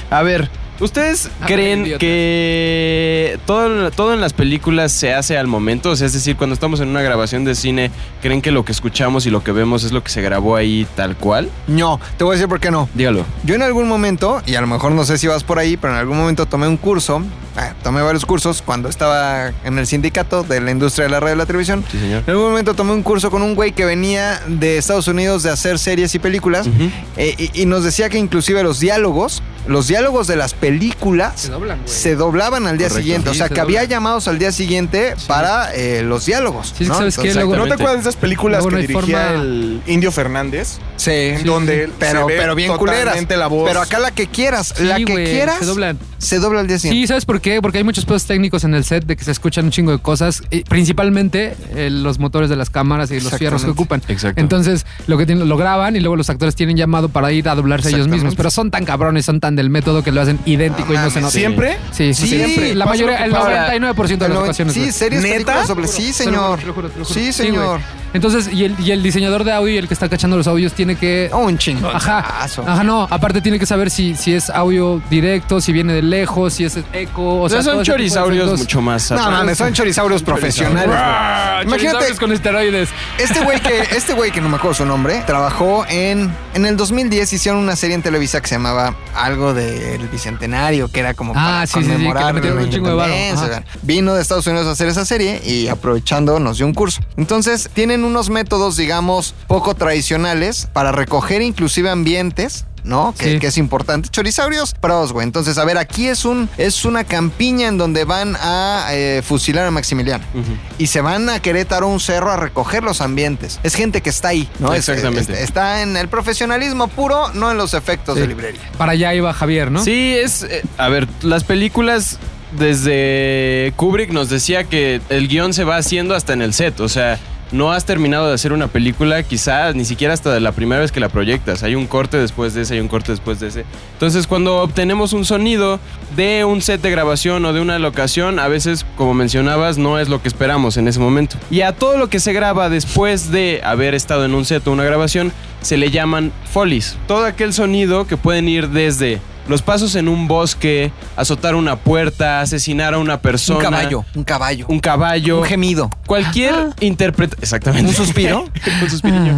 S4: A ver, ¿ustedes
S2: Ah,
S4: creen
S2: idiota.
S4: que todo, todo en las películas se hace al momento? O sea, es decir, cuando estamos en una grabación de cine, ¿creen que lo que escuchamos y lo que vemos es lo que se grabó ahí tal cual?
S3: No, te voy a decir por qué no.
S4: Dígalo.
S3: Yo en algún momento, y a lo mejor no sé si vas por ahí, pero en algún momento tomé un curso, ah, tomé varios cursos cuando estaba en el sindicato de la industria de la radio y la televisión.
S4: Sí, señor.
S3: En algún momento tomé un curso con un güey que venía de Estados Unidos de hacer series y películas
S4: Ujú.
S3: eh, y, y nos decía que inclusive los diálogos, los diálogos de las películas
S2: Se doblan, güey.
S3: se doblaban al día
S4: Correcto.
S3: siguiente. O
S2: Sí,
S3: sea,
S2: se
S3: que había
S2: doblan.
S3: llamados al día siguiente para eh, los diálogos.
S2: Sí, es que
S3: ¿no?
S2: ¿sabes qué?
S3: Entonces,
S2: Luego-
S1: ¿No te acuerdas de esas películas
S2: Luego
S1: que
S2: no hay
S1: dirigía
S2: forma-
S1: el Indio Fernández?
S3: Sí,
S1: En donde se
S3: pero,
S1: ve
S3: pero bien culeras.
S1: totalmente la voz.
S3: Pero acá la que quieras,
S2: Sí,
S3: la que
S2: güey,
S3: quieras,
S2: Se doblan.
S3: se dobla al día siguiente.
S2: Sí, ¿sabes por qué? Porque hay muchos pedos técnicos en el set de que se escuchan un chingo de cosas, y principalmente eh, los motores de las cámaras y los fierros que
S3: Exactamente.
S2: ocupan.
S4: Exacto.
S2: Entonces, lo que tienen, lo graban y luego los actores tienen llamado para ir a doblarse ellos mismos,
S3: Exactamente.
S2: pero son tan cabrones, son tan del método que lo hacen idéntico
S3: Ah,
S2: y no se
S3: mames.
S2: nota.
S1: ¿Siempre?
S2: Sí,
S3: Sí,
S2: siempre. La
S3: pasa
S2: mayoría, el
S3: lo que pasa.
S2: 99% de las ocasiones.
S3: Sí,
S2: güey.
S3: series,
S1: ¿Neta?
S3: películas dobles. Sí,
S2: Te lo juro,
S3: señor.
S2: te lo juro, te lo juro.
S3: Sí,
S2: güey.
S3: señor.
S2: Entonces, y el, y el diseñador de audio y el que está cachando los audios tiene que
S3: Oh, Un chingón.
S2: Ajá.
S3: Aso.
S2: Ajá, no. Aparte tiene que saber si, si es audio directo, si viene de lejos, si es eco. O sea, todo ese tipo de
S4: son chorizaurios
S2: efectos.
S4: mucho más...
S3: No,
S4: atrás.
S3: mames, son chorizaurios profesionales.
S2: Ah,
S3: güey. Imagínate,
S2: chorizaurios con esteroides.
S3: este güey que, este güey que no me acuerdo su nombre, trabajó en. En el 2010 hicieron una serie en Televisa que se llamaba Algo del Bicentenario, que era como
S2: Ah,
S3: para
S2: sí, sí, sí, que le
S3: conmemorar
S2: metieron
S3: la
S2: un chingo de varo. Ajá.
S3: independencia. Vino de Estados Unidos a hacer esa serie y aprovechando nos dio un curso. Entonces, tienen unos métodos, digamos, poco tradicionales para recoger inclusive ambientes. ¿No? Que,
S2: Sí.
S3: que es importante. Chorizaurios pros, güey. Entonces, a ver, aquí es un es una campiña en donde van a eh, fusilar a Maximiliano
S4: Ujú.
S3: y se van a Querétaro a un cerro a recoger los ambientes. Es gente que está ahí, ¿no? Es-
S4: Exactamente.
S3: es- está en el profesionalismo puro, no en los efectos
S2: Sí.
S3: de librería.
S2: Para allá iba Javier, ¿no?
S4: Sí, es. eh, a ver, las películas. Desde Kubrick nos decía que el guión se va haciendo hasta en el set. O sea, no has terminado de hacer una película, quizás ni siquiera hasta la primera vez que la proyectas. Hay un corte después de ese, hay un corte después de ese. Entonces, cuando obtenemos un sonido de un set de grabación o de una locación, a veces, como mencionabas, no es lo que esperamos en ese momento. Y a todo lo que se graba después de haber estado en un set o una grabación, se le llaman folies. Todo aquel sonido que pueden ir desde los pasos en un bosque, azotar una puerta, asesinar a una persona.
S3: Un caballo, un caballo,
S4: Un caballo.
S3: un gemido,
S4: cualquier interpretación. Exactamente.
S3: un suspiro.
S4: un suspirillo.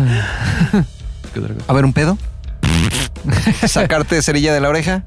S4: ¿Qué otra cosa?
S3: A ver, un pedo. Sacarte cerilla de la oreja.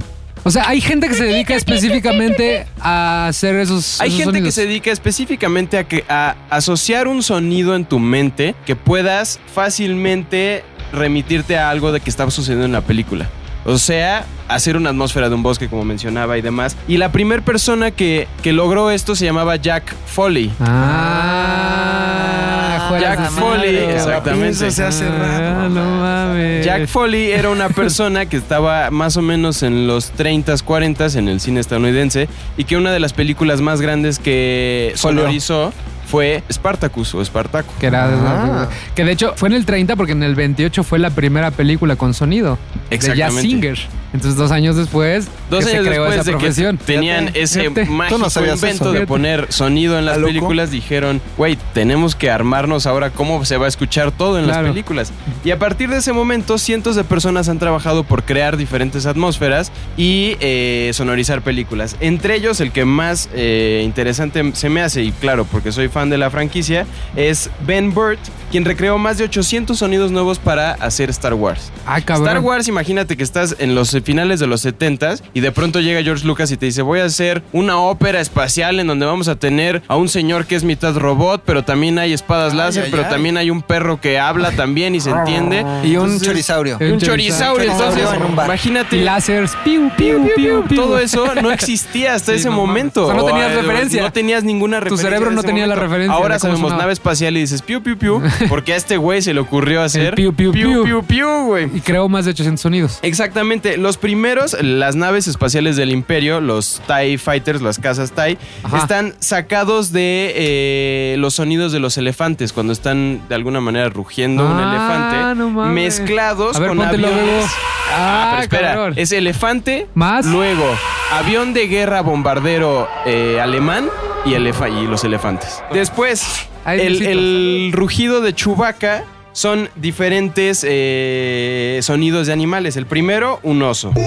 S2: O sea, hay gente que se dedica específicamente a hacer esos.
S4: Hay
S2: esos
S4: gente que
S2: sonidos.
S4: se dedica específicamente a, que, a asociar un sonido en tu mente que puedas fácilmente remitirte a algo de que está sucediendo en la película. O sea, hacer una atmósfera de un bosque, como mencionaba, y demás. Y la primera persona que, que logró esto se llamaba Jack Foley.
S2: Ah, juegas
S4: Jack
S2: de
S4: Foley,
S2: malo.
S4: exactamente.
S1: se hace
S2: Ah,
S1: rato.
S2: no mames.
S4: Jack Foley era una persona que estaba más o menos en los 30s, 40s en el cine estadounidense y que una de las películas más grandes que
S3: Solo.
S4: sonorizó fue Spartacus o Spartaco.
S2: Que, era,
S3: Ah.
S2: que de hecho fue en el 30 porque en el 28 fue la primera película con sonido. De Jazz
S4: Exactamente.
S2: Singer. Entonces, dos años después,
S4: Dos
S2: que se
S4: años
S2: creó
S4: después
S2: esa
S4: de
S2: profesión.
S4: que tenían
S2: Fíjate,
S4: ese
S2: fíjate.
S4: mágico invento de
S2: Fíjate.
S4: poner sonido en las
S2: ¿Está loco?
S4: películas, dijeron, güey, tenemos que armarnos ahora cómo se va a escuchar todo en
S2: Claro.
S4: las películas. Y a partir de ese momento, cientos de personas han trabajado por crear diferentes atmósferas y eh, sonorizar películas. Entre ellos, el que más eh, interesante se me hace, y claro, porque soy fan de la franquicia, es Ben Burt, quien recreó más de 800 sonidos nuevos para hacer Star Wars.
S2: Ah, cabrón.
S4: Star Wars, imagínate que estás en los finales de los 70s y de pronto llega George Lucas y te dice, voy a hacer una ópera espacial en donde vamos a tener a un señor que es mitad robot, pero también hay espadas láser,
S3: ay,
S4: pero
S3: ay.
S4: también hay un perro que habla también y se entiende.
S3: Y un
S4: Entonces-
S3: chorisaurio.
S4: Y Un chorisaurio, entonces,
S3: en un bar.
S4: imagínate.
S2: Lásers, piu, piu, piu, piu.
S4: Todo eso no existía hasta
S2: Sí,
S4: ese
S2: no mames.
S4: momento.
S2: O sea, no tenías
S4: eh,
S2: referencia.
S4: No tenías ninguna
S2: Tu
S4: referencia.
S2: cerebro
S4: en
S2: no
S4: ese
S2: tenía la referencia
S4: Ahora
S2: de cómo
S4: sabemos
S2: sonaba.
S4: nave espacial y dices piu, piu, piu, porque a este güey se le ocurrió hacer
S2: piu, piu, piu.
S4: piu, piu, güey.
S2: Y creó más de 800 sonidos.
S4: Exactamente, los primeros, las naves espaciales del imperio, los TIE Fighters, las casas TIE,
S2: Ajá.
S4: están sacados de eh, los sonidos de los elefantes, cuando están de alguna manera rugiendo un
S2: Ah,
S4: elefante,
S2: no mames.
S4: mezclados
S2: A ver,
S4: con
S2: póntelo,
S4: aviones.
S2: Bebo. Ah,
S4: pero espera,
S2: cabrón.
S4: es elefante,
S2: Más.
S4: luego avión de guerra bombardero eh, alemán y, elefa- y los elefantes. Después,
S2: Ay,
S4: el,
S2: besitos.
S4: el rugido de Chewbacca son diferentes eh, sonidos de animales. El primero, un oso.
S9: Qué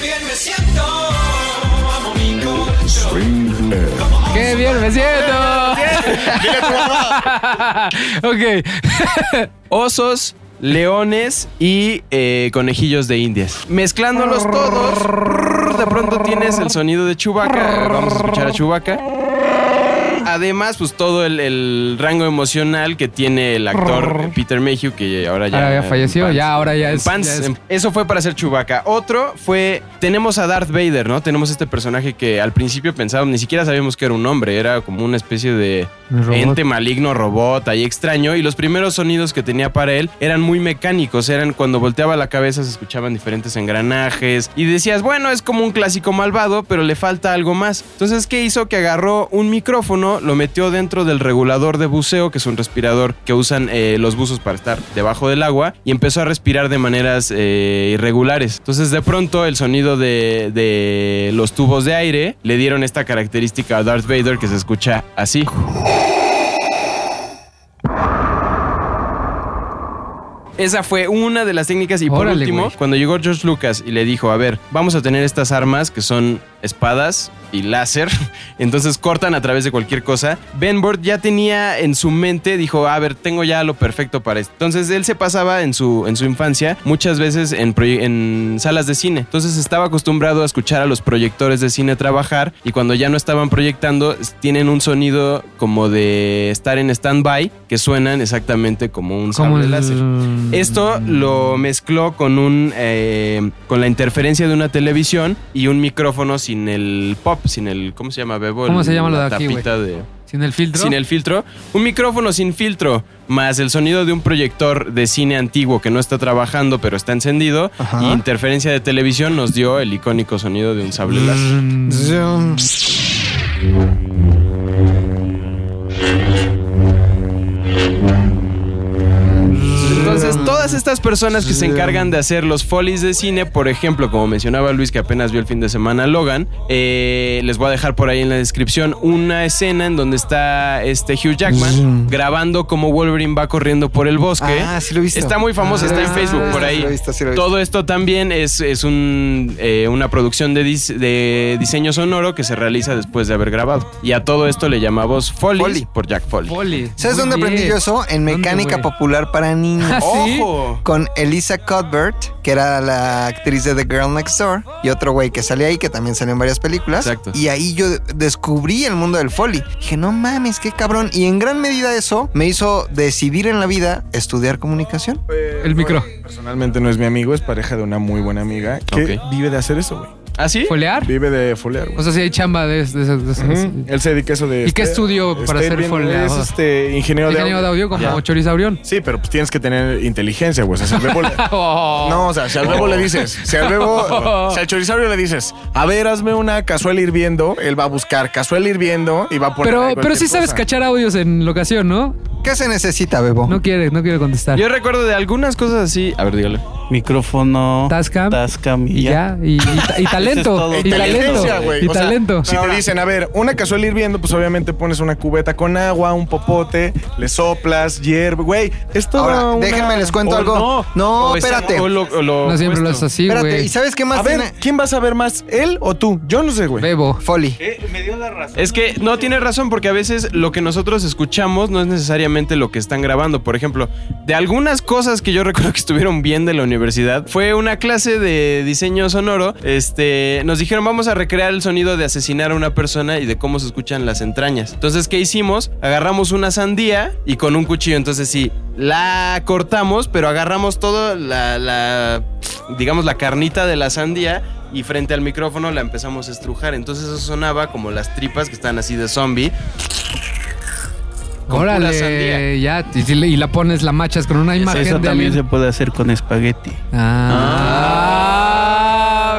S9: bien me siento, amo mi colchón.
S2: ¡Qué bien me siento! ok.
S4: Osos, leones y eh, conejillos de indias. Mezclándolos todos, de pronto tienes el sonido de Chewbacca. Vamos a escuchar a Chewbacca. Además, pues todo el, el rango emocional que tiene el actor Peter Mayhew, que ahora ya,
S2: Ahora ya falleció,
S4: en pants.
S2: ya, ahora ya
S4: En
S2: es-
S4: pants.
S2: ya es-
S4: En- Eso fue para hacer Chewbacca. Otro fue, tenemos a Darth Vader, ¿no? Tenemos este personaje que al principio pensábamos, ni siquiera sabíamos que era un hombre, era como una especie de
S2: Un robot.
S4: ente maligno, robot, ahí extraño. Y los primeros sonidos que tenía para él eran muy mecánicos, eran cuando volteaba la cabeza se escuchaban diferentes engranajes y decías, bueno, es como un clásico malvado, pero le falta algo más. Entonces, ¿qué hizo? Que agarró un micrófono, lo metió dentro del regulador de buceo, que es un respirador que usan eh, los buzos para estar debajo del agua, y empezó a respirar de maneras eh, irregulares. Entonces, de pronto, el sonido de, de los tubos de aire le dieron esta característica a Darth Vader que se escucha así. Esa fue una de las técnicas. Y por
S2: Órale,
S4: último,
S2: güey.
S4: cuando llegó George Lucas y le dijo, a ver, vamos a tener estas armas que son espadas y láser, entonces cortan a través de cualquier cosa. Ben Burtt ya tenía en su mente, dijo, a ver, tengo ya lo perfecto para esto. Entonces él se pasaba en su, en su infancia muchas veces en, proye- en salas de cine. Entonces estaba acostumbrado a escuchar a los proyectores de cine trabajar y cuando ya no estaban proyectando, s- tienen un sonido como de estar en stand-by que suenan exactamente como un
S2: Como
S4: sable
S2: el-
S4: láser. Esto lo mezcló con un eh, con la interferencia de una televisión y un micrófono sin el pop, sin el ¿cómo se llama Bebo?
S2: ¿Cómo
S4: El-
S2: se llama lo
S4: la
S2: de aquí, güey?
S4: tapita de
S2: Sin el filtro.
S4: sin el filtro, un micrófono sin filtro más el sonido de un proyector de cine antiguo que no está trabajando pero está encendido
S3: Ajá.
S4: y interferencia de televisión nos dio el icónico sonido de un
S2: Mm.
S4: sable láser.
S3: Zoom.
S4: Entonces,
S3: Mm.
S4: todas estas personas que se encargan de hacer los folies de cine, por ejemplo, como mencionaba Luis que apenas vio el fin de semana Logan, eh, les voy a dejar por ahí en la descripción una escena en donde está este Hugh Jackman grabando cómo Wolverine va corriendo por el bosque.
S3: Ah, sí lo he visto.
S4: Está muy famosa, está en
S3: Ah,
S4: Facebook
S3: sí lo
S4: por
S3: he visto, sí
S4: ahí.
S3: lo he visto, sí lo he visto.
S4: Todo esto también es, es un, eh, una producción de, dis- de diseño sonoro que se realiza después de haber grabado. Y a todo esto le llamamos folies
S3: Foley.
S4: por Jack Foley.
S2: Poli.
S3: ¿Sabes
S2: Muy
S3: dónde aprendí
S2: bien.
S3: yo eso? En
S2: ¿Dónde,
S3: Mecánica
S2: güey?
S3: Popular para Niños.
S2: Ah, ¿sí?
S4: ¡Ojo!
S3: Con Elisa Cuthbert, que era la actriz de The Girl Next Door, y otro güey que salía ahí, que también salió en varias películas.
S4: Exacto.
S3: Y ahí yo descubrí el mundo del foley. Dije, no mames, qué cabrón. Y en gran medida eso me hizo decidir en la vida estudiar comunicación.
S2: El micro.
S1: Personalmente no es mi amigo, es pareja de una muy buena amiga que
S4: Ok.
S1: vive de hacer eso, güey.
S4: ¿Ah, sí?
S2: ¿Folear?
S1: Vive de folear, güey.
S2: O sea, si hay chamba de, de- de- de-
S1: Ujú. Él se dedica a eso de.
S2: ¿Y qué estudió para
S1: ser
S2: hacer foleador?
S1: Es este, ingeniero,
S2: ingeniero de audio como
S4: Ya.
S2: Chorizaurión.
S1: Sí, pero pues tienes que tener inteligencia, güey. O sea, si al bebo le- No, o sea, si al bebo le dices, si al bebo, si al chorizaurio le dices, a ver, hazme una cazuela hirviendo, él va a buscar cazuela hirviendo y va a poner.
S2: Pero,
S1: ahí
S2: pero sí
S1: cualquier
S2: sabes
S1: cosa.
S2: cachar audios en locación, ¿no?
S3: ¿Qué se necesita, Bebo?
S2: No quiere, no quiere contestar.
S4: Yo recuerdo de algunas cosas así. A ver, dígale.
S12: Micrófono.
S2: Tascam.
S12: Tascam
S2: Y ya, y, y ta- y talento. y talento.
S1: Inteligencia, güey.
S2: Y
S1: O sea,
S2: talento.
S1: si te dicen, a ver, una cazuela hirviendo, pues obviamente pones una cubeta con agua, un popote, le soplas, hierve, güey. Es todo.
S3: Ahora,
S1: una- Oh,
S3: déjenme les cuento
S1: O
S3: algo. No,
S1: O
S4: Pues,
S1: esa-
S3: espérate.
S4: oh,
S1: o lo- o lo
S2: no siempre lo
S1: opuesto.
S2: es así,
S3: espérate, ¿y
S2: güey.
S3: sabes qué más
S1: A ver,
S3: tiene?
S1: ¿quién va a saber más? ¿Él o tú? Yo no sé, güey.
S2: Bebo.
S3: Folly.
S4: Es que no tiene razón porque a veces lo que nosotros escuchamos no es necesariamente lo que están grabando. Por ejemplo, de algunas cosas que yo recuerdo que estuvieron bien de la universidad, fue una clase de diseño sonoro. Este, nos dijeron vamos a recrear el sonido de asesinar a una persona y de cómo se escuchan las entrañas. Entonces, ¿qué hicimos? Agarramos una sandía y con un cuchillo. Entonces sí, la cortamos, pero agarramos todo la, la digamos la carnita de la sandía y frente al micrófono la empezamos a estrujar. Entonces eso sonaba como las tripas que están así de zombie. con pura sandía.
S2: Órale, ya. Y, si le- y la pones, la machas con una imagen
S12: Eso
S2: de
S12: también
S2: alguien.
S12: se puede hacer con espagueti.
S2: Ah.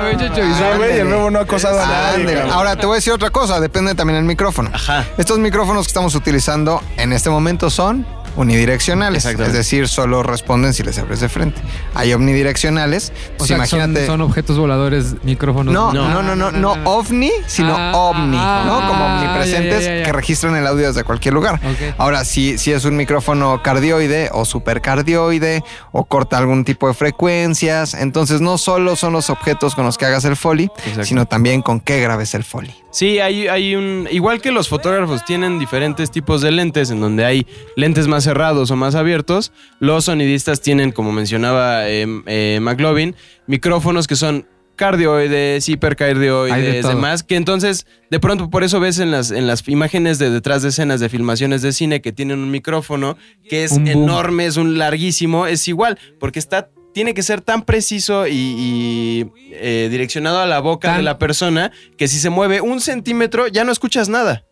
S2: Ah, pinche
S1: O sea,
S2: Chorizal.
S1: güey, el nuevo no ha acosado a nadie.
S3: Ándale.
S1: cabrón.
S3: Ahora te voy a decir otra cosa, depende también del micrófono.
S4: Ajá.
S3: Estos micrófonos que estamos utilizando en este momento son unidireccionales, es
S4: Exactamente.
S3: decir, solo responden si les abres de frente. Hay omnidireccionales,
S2: O
S3: pues
S2: sea, que son, Ah,
S3: imagínate.
S2: son objetos voladores, micrófonos.
S3: No, no, no, no, no, ovni, sino
S2: Ah,
S3: omni, ¿no? Como
S2: ah,
S3: omnipresentes
S2: ya, ya, ya.
S3: que registran el audio desde cualquier lugar.
S2: Ok.
S3: Ahora, si, si es un micrófono cardioide o supercardioide o corta algún tipo de frecuencias, entonces no solo son los objetos con los que hagas el foley,
S4: Exacto.
S3: sino también con qué grabes el foley.
S4: Sí, hay, hay un. Igual que los fotógrafos tienen diferentes tipos de lentes, en donde hay lentes más cerrados o más abiertos, los sonidistas tienen, como mencionaba eh, eh, McLovin, micrófonos que son cardioides,
S2: Hay de
S4: hipercardioides,
S2: todo.
S4: demás, que entonces de pronto por eso ves en las, en las imágenes de detrás de escenas de filmaciones de cine que tienen un micrófono que es
S2: Un boom.
S4: enorme, es un larguísimo, es igual, porque está, tiene que ser tan preciso y, y, eh, direccionado a la boca
S2: Tan-
S4: de la persona que si se mueve un centímetro ya no escuchas nada.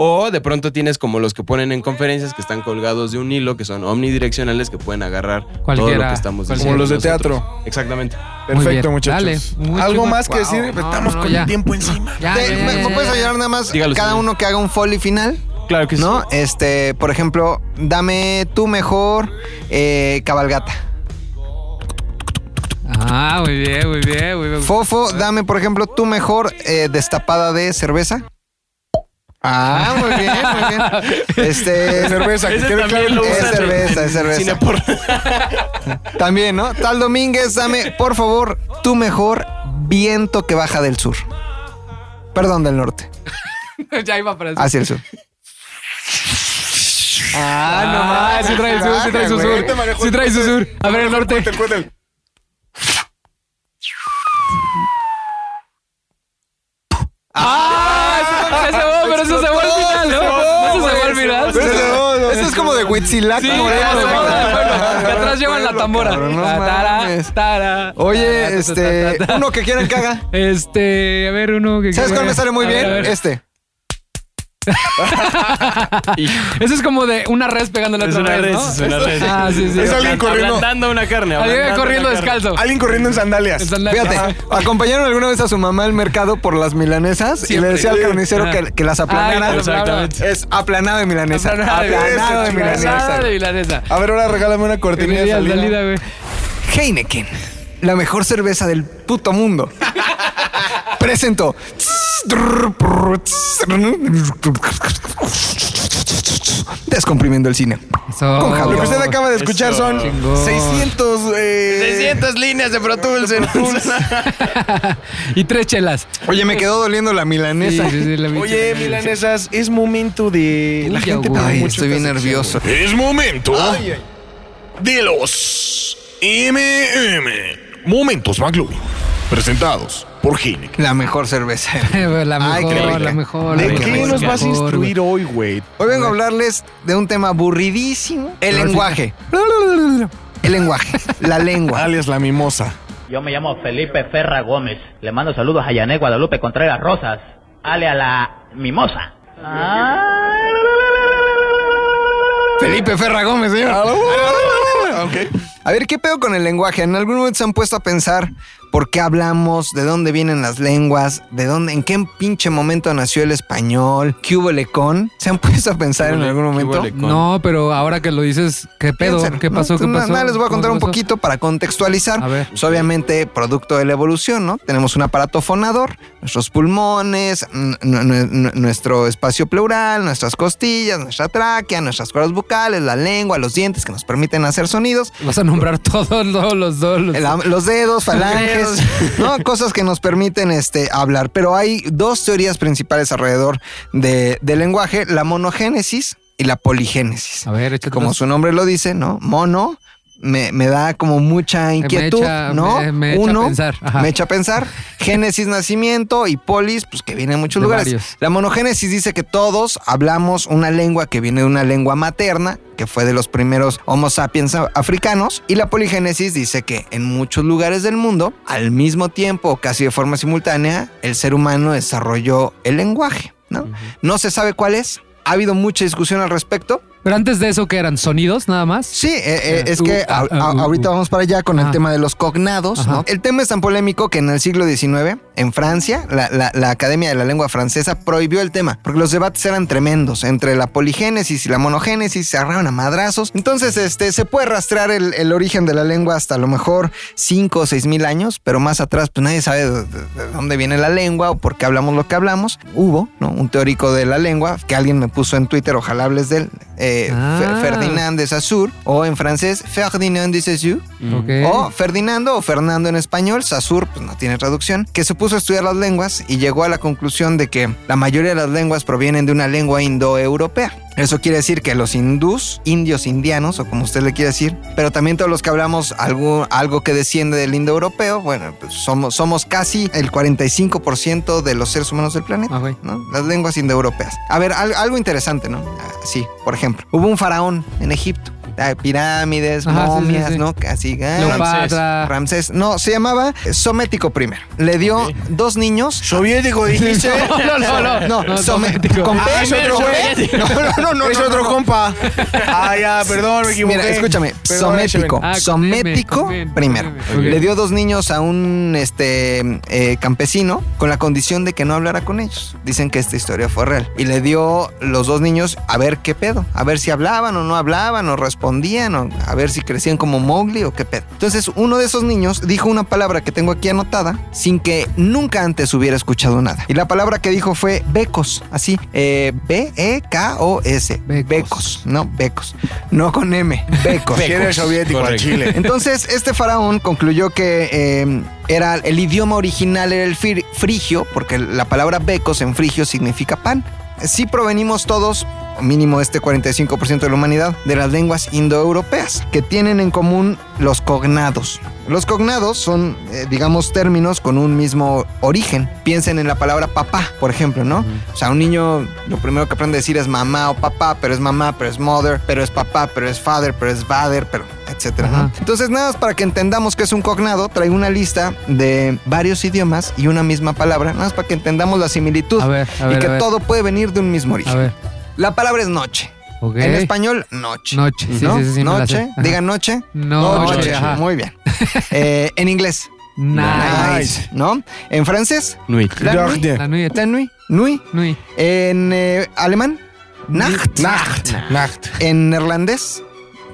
S4: O de pronto tienes como los que ponen en conferencias que están colgados de un hilo, que son omnidireccionales, que pueden agarrar todo lo
S2: Cualquiera,
S4: que estamos
S2: cualquiera.
S4: diciendo.
S1: Como los de
S4: nosotros. Exactamente.
S2: Muy
S1: Perfecto,
S2: bien,
S1: muchachos.
S2: dale. Muy
S1: Algo
S2: chingón.
S1: más que
S2: Wow.
S1: decir,
S2: No,
S1: estamos
S2: no,
S1: con
S2: ya.
S1: el tiempo encima.
S2: Ya,
S3: Te-
S2: Ah, ya, ya,
S3: ¿Me, me
S2: ya,
S3: puedes
S2: ya.
S3: ayudar nada más?
S4: Dígalo,
S3: cada
S4: señor.
S3: uno que haga un foley final,
S4: Claro que sí.
S3: ¿no? Este, por ejemplo, dame tú mejor eh, cabalgata.
S2: Ah, muy bien, muy bien, muy bien.
S3: Fofo, dame, por ejemplo, tú mejor eh, destapada de cerveza. Ah, muy bien, muy bien. Este,
S1: Es cerveza, que
S4: Ese
S1: quede
S4: también
S1: claro.
S4: lo
S3: Es
S4: usan
S3: cerveza, es cerveza.
S4: cine porno.
S3: también, ¿no? Tal Domínguez, dame, por favor, tú mejor viento que baja del sur. Perdón, del norte.
S2: ya iba para
S3: Hacia el sur.
S2: Ah, sí trae su sur, sí trae su
S1: güey.
S2: sur.
S1: Ahorita manejó
S2: Sí
S1: el
S2: trae su
S1: coche.
S2: sur. A ver, el norte.
S1: Te cuento el-
S2: ¡Ah! Eso se va, pero eso se va al final, ¿no? Eso se va al final.
S1: Se cerró, no,
S3: Esto es como de Huitzilac.
S2: Sí,
S3: Moreno,
S2: ya se
S3: güey.
S2: va, bueno, que atrás llevan la
S3: Pueblo,
S2: tambora.
S3: cabrón, no
S2: Ta, tara,
S3: mames.
S2: tara. Ah, Ta, ta, ta,
S3: Oye,
S2: ta,
S3: este,
S2: ta, ta.
S3: uno que quieran que haga.
S2: Este, a ver, uno que.
S3: ¿Sabes
S2: que-
S3: cuál me sale muy
S2: a ver, a
S3: bien?
S2: ver.
S3: Este.
S2: Eso es como de una res pegando la
S4: Es
S2: otra
S4: una
S2: res,
S4: res,
S2: ¿no?
S4: es una res.
S2: Ah, sí, sí.
S1: Es alguien corriendo.
S4: Ablandando una carne.
S2: Alguien
S4: ablandando
S2: corriendo
S4: una carne.
S2: descalzo.
S1: Alguien corriendo en sandalias.
S2: En sandalias.
S3: Fíjate,
S2: Ah.
S3: ¿acompañaron alguna vez a su mamá al mercado por las milanesas y le decía al carnicero que, que las aplanara?
S2: Ah, que las aplanara. Exactamente.
S3: Es aplanado de milanesa.
S2: Aplanado de
S3: Aplanado de
S1: milanesa,
S3: milanesa.
S2: Nada de milanesa.
S1: A ver, ahora regálame una cortinilla de
S2: Tenía
S1: salida.
S2: salida, güey.
S3: Heineken, la mejor cerveza del puto mundo. Presento. Descomprimiendo el cine.
S2: Eso.
S3: Con
S1: Lo
S3: Javier.
S1: que usted acaba de escuchar son
S2: Chingón.
S1: 600... eh,
S4: 600 líneas de Pro Tools en
S2: Y tres chelas.
S3: Oye, me quedó doliendo la milanesa.
S2: Sí, sí, sí, la
S1: Oye,
S2: pinche-
S1: milanesas, es momento de... la
S2: Uy,
S1: gente
S2: güey.
S1: pide
S3: Ay,
S1: mucho
S3: estoy
S1: esta sección,
S3: bien nervioso.
S9: Es momento de los MM. Momentos McLovin. Presentados por Heineken.
S3: La mejor cerveza.
S2: La
S3: Ay, qué
S2: mejor,
S3: rica.
S2: la mejor.
S1: güey. ¿De
S2: la
S1: qué
S2: mejor,
S1: nos
S2: la
S1: vas a
S2: mejor, güey.
S1: instruir hoy, güey?
S3: Hoy vengo a hablarles de un tema aburridísimo. El
S2: Ahorita.
S3: lenguaje. Ah, El lenguaje. La lengua.
S1: Alias la mimosa.
S13: Yo me llamo Felipe Ferra Gómez. Le mando saludos a Yané Guadalupe Contreras Rosas. Ale a la mimosa.
S3: Felipe Ferra Gómez, uh. Ah, señor. A ver, ¿qué pedo con el lenguaje? ¿En algún momento se han puesto a pensar por qué hablamos, de dónde vienen las lenguas, de dónde, en qué pinche momento nació el español, qué hubo lecón. ¿Se han puesto a pensar en algún momento?
S2: No, pero ahora que lo dices, ¿qué pedo?
S3: Piénsalo.
S2: ¿Qué
S3: No,
S2: pasó?
S3: pues,
S2: ¿Qué
S3: nada,
S2: pasó?
S3: nada, les voy a
S2: ¿Cómo
S3: contar un
S2: pasó?
S3: poquito para contextualizar. Pues, obviamente, producto de la evolución, ¿no? Tenemos un aparato fonador, nuestros pulmones, n- n- n- nuestro espacio pleural, nuestras costillas, nuestra tráquea, nuestras cuerdas bucales, la lengua, los dientes que nos permiten hacer sonidos.
S2: Vas a nombrar todos los, los,
S3: los, dedos, falanges, ¿no? Cosas que nos permiten este, hablar. Pero hay dos teorías principales alrededor de- del lenguaje: la monogénesis y la poligénesis.
S2: A ver, échate
S3: Como
S2: unos-
S3: su nombre lo dice, ¿no? Mono. Me, me da como mucha inquietud,
S2: echa-
S3: ¿no?
S2: me- me echa a
S3: Uno,
S2: pensar, ajá.
S3: me echa a pensar. Génesis, nacimiento y polis, pues que viene de muchos
S2: De
S3: lugares.
S2: varios.
S3: La monogénesis dice que todos hablamos una lengua que viene de una lengua materna, que fue de los primeros Homo sapiens a- africanos, y la poligénesis dice que en muchos lugares del mundo, al mismo tiempo, o casi de forma simultánea, el ser humano desarrolló el lenguaje, ¿no? No se sabe cuál es. Ha habido mucha discusión al respecto.
S2: Pero antes de eso, ¿qué eran? ¿Sonidos nada más? ah,
S3: Sí, eh, eh, es que a- a- ahorita vamos para allá con el tema de los cognados.
S2: Ajá.
S3: ¿no? El tema es tan polémico que en el siglo XIX, en Francia, la, la- la Academia de la Lengua Francesa prohibió el tema, porque los debates eran tremendos entre la poligénesis y la monogénesis, se agarraron a madrazos. Entonces, este, se puede rastrear el, el origen de la lengua hasta a lo mejor 5 o 6 mil años, pero más atrás, pues nadie sabe de, de- de dónde viene la lengua o por qué hablamos lo que hablamos. Hubo, ¿no? Un teórico de la lengua que alguien me puso en Twitter, ojalá hables de él, eh,
S2: Ah.
S3: Fer- Ferdinand de Saussure, o en francés, Ferdinand de Saussure,
S2: Ok.
S3: o Ferdinando o Fernando en español, Saussure, pues no tiene traducción, que se puso a estudiar las lenguas y llegó a la conclusión de que la mayoría de las lenguas provienen de una lengua indoeuropea. Eso quiere decir que los hindús, indios indianos, o como usted le quiere decir, pero también todos los que hablamos algo, algo que desciende del indoeuropeo, bueno, pues somos, somos casi el 45% de los seres humanos del planeta, ¿no? Las lenguas indoeuropeas. A ver, al- algo interesante, ¿no? Ah, Sí, por ejemplo, hubo un faraón en Egipto. Ah, Pirámides,
S2: Ajá, sí, sí,
S3: momias,
S2: sí.
S3: ¿no? Así, ah,
S2: Cleopatra.
S3: Ramsés. No, se llamaba Somético primero. Le dio dos niños. Soviético,
S1: dijiste.
S3: No, no, no. no,
S1: No,
S3: somético. Con P,
S1: Ah,
S3: es
S1: no,
S3: otro güey.
S1: soviético.
S3: No, no, no, no.
S1: Es
S3: no,
S1: otro
S3: no.
S1: compa. Ah, ya, perdón, me equivoqué.
S3: Mira, escúchame.
S1: Perdón,
S3: somético.
S1: Cheven. Ah, con
S3: somético
S1: M, con M.
S3: primero.
S1: Ok.
S3: Le dio dos niños a un este eh, campesino con la condición de que no hablara con ellos. Dicen que esta historia fue real. Y le dio los dos niños a ver qué pedo. A ver si hablaban o no hablaban o respondían o a ver si crecían como Mowgli o qué pedo. Entonces, uno de esos niños dijo una palabra que tengo aquí anotada sin que nunca antes hubiera escuchado nada. Y la palabra que dijo fue becos. Así, eh, B-E-K-O-S. Becos. No, becos. No con M. Becos.
S1: Si eres soviético, al Chile.
S3: Entonces, este faraón concluyó que eh, era el idioma original era el fir- frigio, porque la palabra becos en frigio significa pan. Sí provenimos todos, mínimo este 45% de la humanidad, de las lenguas indoeuropeas, que tienen en común los cognados. Los cognados son, eh, digamos, términos con un mismo origen. Piensen en la palabra papá, por ejemplo, ¿no? O sea, un niño lo primero que aprende a decir es mamá o papá, pero es mamá, pero es mother, pero es papá, pero es father, pero es father, pero etcétera, ¿no? Entonces, nada más para que entendamos que es un cognado, traigo una lista de varios idiomas y una misma palabra, nada más para que entendamos la similitud
S2: a ver,
S3: y que
S2: a ver.
S3: todo puede venir de un mismo origen. La palabra es noche.
S2: Ok.
S3: En español, noche.
S2: Noche, sí,
S3: ¿no?
S2: sí, sí, sí, me la sé.
S3: noche,
S2: Ajá.
S3: digan noche.
S2: Noche, ajá.
S3: Muy bien. Eh, en inglés.
S2: Nice.
S3: ¿No? En francés.
S4: Nuit.
S3: La nuit.
S1: Journée.
S3: La nuit. Nuit. En eh, alemán. Nacht. Nacht. Nacht. En neerlandés.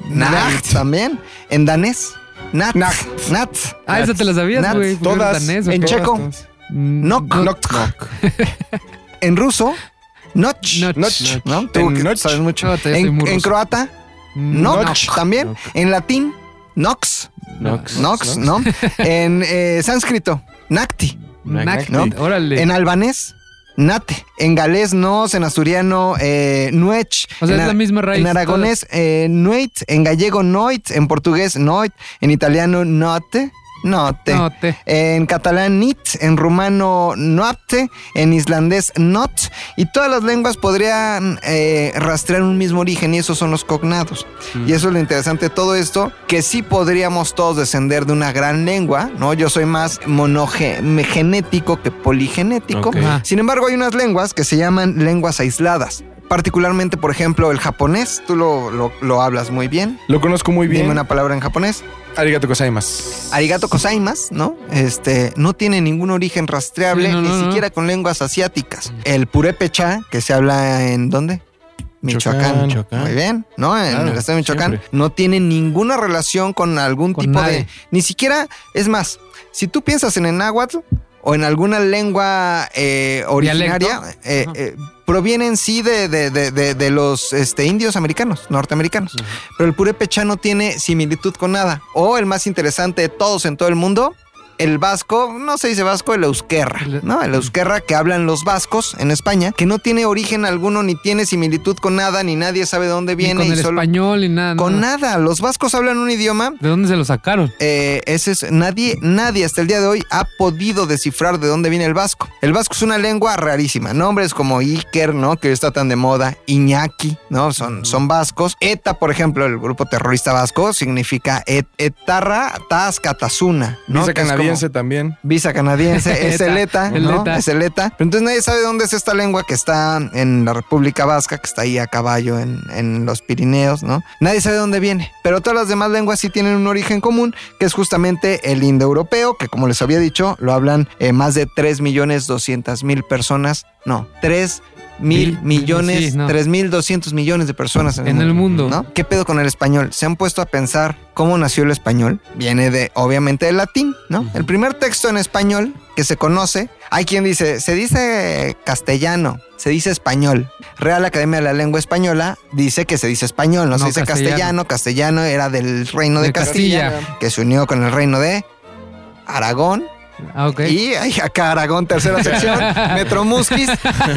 S3: Nacht. También. En danés. Nat. Nacht. Nat.
S2: Ah, esa te la sabías,
S3: Nat.
S2: güey, porque
S3: Todas.
S2: eres danés, ¿o
S3: en
S2: qué?
S3: checo.
S2: Todas.
S3: Nok. Nok. en ruso. Noch. Noch. ¿No? Tú que sabes mucho.
S2: No, te- soy
S3: en,
S2: muy
S3: en
S2: ruso.
S3: croata.
S2: Noch.
S3: Noch. También. En latín. Nox.
S4: Nox.
S3: Nox, ¿no? en eh, sánscrito, Nakti.
S4: Nakti,
S3: ¿no? En albanés, Nate. En galés, Nos. En asturiano, eh, Nuech.
S2: O sea,
S3: en
S2: es
S3: a-
S2: la misma raíz,
S3: En aragonés, eh, Nueit. En gallego, Noit. En portugués, Noit. En italiano, Note. Note. En catalán, nit. En rumano, noapte. En islandés, not. Y todas las lenguas podrían eh, rastrear un mismo origen y esos son los cognados. Y eso es lo interesante de todo esto, que sí podríamos todos descender de una gran lengua, ¿no? Yo soy más monogenético que poligenético.
S2: Ok. Ajá.
S3: Sin embargo, hay unas lenguas que se llaman lenguas aisladas. particularmente, por ejemplo, el japonés. Tú lo, lo- lo hablas muy bien.
S1: Lo conozco muy bien.
S3: Dime una palabra en japonés.
S1: Arigato gozaimasu.
S3: Arigato Kosaimas, ¿no? Este, no tiene ningún origen rastreable,
S1: Sí, no, no,
S3: ni
S1: no.
S3: siquiera con lenguas asiáticas. El purépecha, que se habla en dónde? Michoacán.
S1: Michoacán.
S3: Muy bien, ¿no? En
S1: Claro,
S3: el estado de Michoacán.
S1: siempre.
S3: No tiene ninguna relación con algún tipo de.
S1: nadie.
S3: Ni siquiera, es más, si tú piensas en el náhuatl o en alguna lengua eh, originaria,
S2: Dialecto.
S3: eh, eh, proviene en sí de, de- de- de- de los este, indios americanos, norteamericanos. Pero el purépecha no tiene similitud con nada. O el más interesante de todos en todo el mundo, el vasco, no se dice vasco, el euskerra, ¿no? El euskerra que hablan los vascos en España, que no tiene origen alguno, ni tiene similitud con nada, ni nadie sabe de dónde
S2: Ni
S3: viene.
S2: con
S3: y
S2: el
S3: solo-
S2: español y nada.
S3: Con nada, los vascos hablan un idioma
S2: ¿De dónde se lo sacaron?
S3: eh, ese es, nadie, nadie hasta el día de hoy ha podido descifrar de dónde viene el vasco. El vasco es una lengua rarísima. Nombres como Iker, ¿no? Que hoy está tan de moda. Iñaki, ¿no? Son, son vascos. ETA, por ejemplo, el grupo terrorista vasco, significa et- etarra tas katasuna. ¿no?
S1: Visa
S3: Que es como-
S1: canadiense también.
S3: Visa canadiense, es el ETA,
S1: El
S3: ¿no?
S1: ETA.
S3: Es el ETA. Pero entonces nadie sabe dónde es esta lengua que está en la República Vasca, que está ahí a caballo en, en los Pirineos, ¿no? Nadie sabe dónde viene. Pero todas las demás lenguas sí tienen un origen común, que es justamente el indoeuropeo, que como les había dicho, lo hablan eh, más de 3 millones 200 mil personas. No, 3 mil
S2: Mil,
S3: millones,
S2: sí, no.
S3: 3 mil 200 millones de personas en,
S2: En el mundo.
S3: ¿no? ¿Qué pedo con el español? Se han puesto a pensar cómo nació el español. Viene de, obviamente, del latín, ¿no? El primer texto en español que se conoce, hay quien dice, se dice castellano, se dice español. Real Academia de la Lengua Española dice que se dice español, no, se
S2: No,
S3: dice
S2: castellano.
S3: castellano. Castellano era del reino de,
S2: De
S3: Castilla,
S2: Castilla.
S3: que se unió con el reino de Aragón.
S2: Ah, ok.
S3: Y ay, acá Aragón, tercera sección, Metromusquis.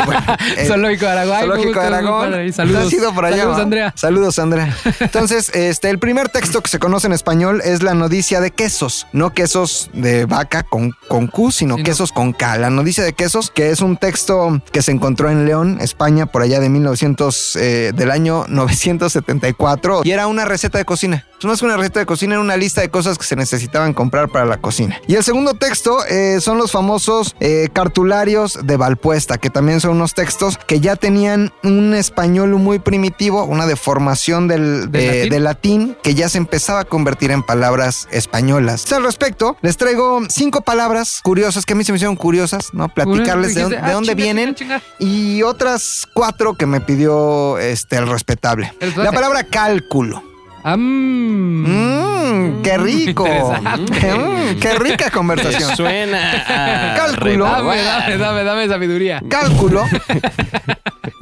S3: Bueno, eh,
S2: Zoológico de Aragón.
S3: Zoológico de Aragón.
S2: Saludos.
S3: Has ido por allá,
S2: Saludos,
S3: ¿va?
S2: Andrea.
S3: Saludos, Andrea. Entonces, este, el primer texto que se conoce en español es la nodicia de quesos. No quesos de vaca con, con Q, sino quesos con K. La nodicia de quesos, que es un texto que se encontró en León, España, por allá de 1900, eh, del año 974. Y era una receta de cocina. Es Pues más que una receta de cocina, era una lista de cosas que se necesitaban comprar para la cocina. Y el segundo texto eh, son los famosos eh, cartularios de Valpuesta, que también son unos textos que ya tenían un español muy primitivo, una deformación del, eh, de-
S2: ¿Del latín?
S3: del latín que ya se empezaba a convertir en palabras españolas. Al respecto, les traigo cinco palabras curiosas que a mí se me hicieron curiosas, ¿no? Platicarles de,
S2: "Ah,
S3: dónde- de dónde vienen y otras cuatro que me pidió este, el respetable. La palabra cálculo.
S2: Ah,
S3: Mm, ¡Qué rico!
S2: Interesante.
S3: Mm, ¡Qué rica conversación!
S4: Suena a
S3: Cálculo.
S2: Dame, dame, dame, dame sabiduría.
S3: Cálculo.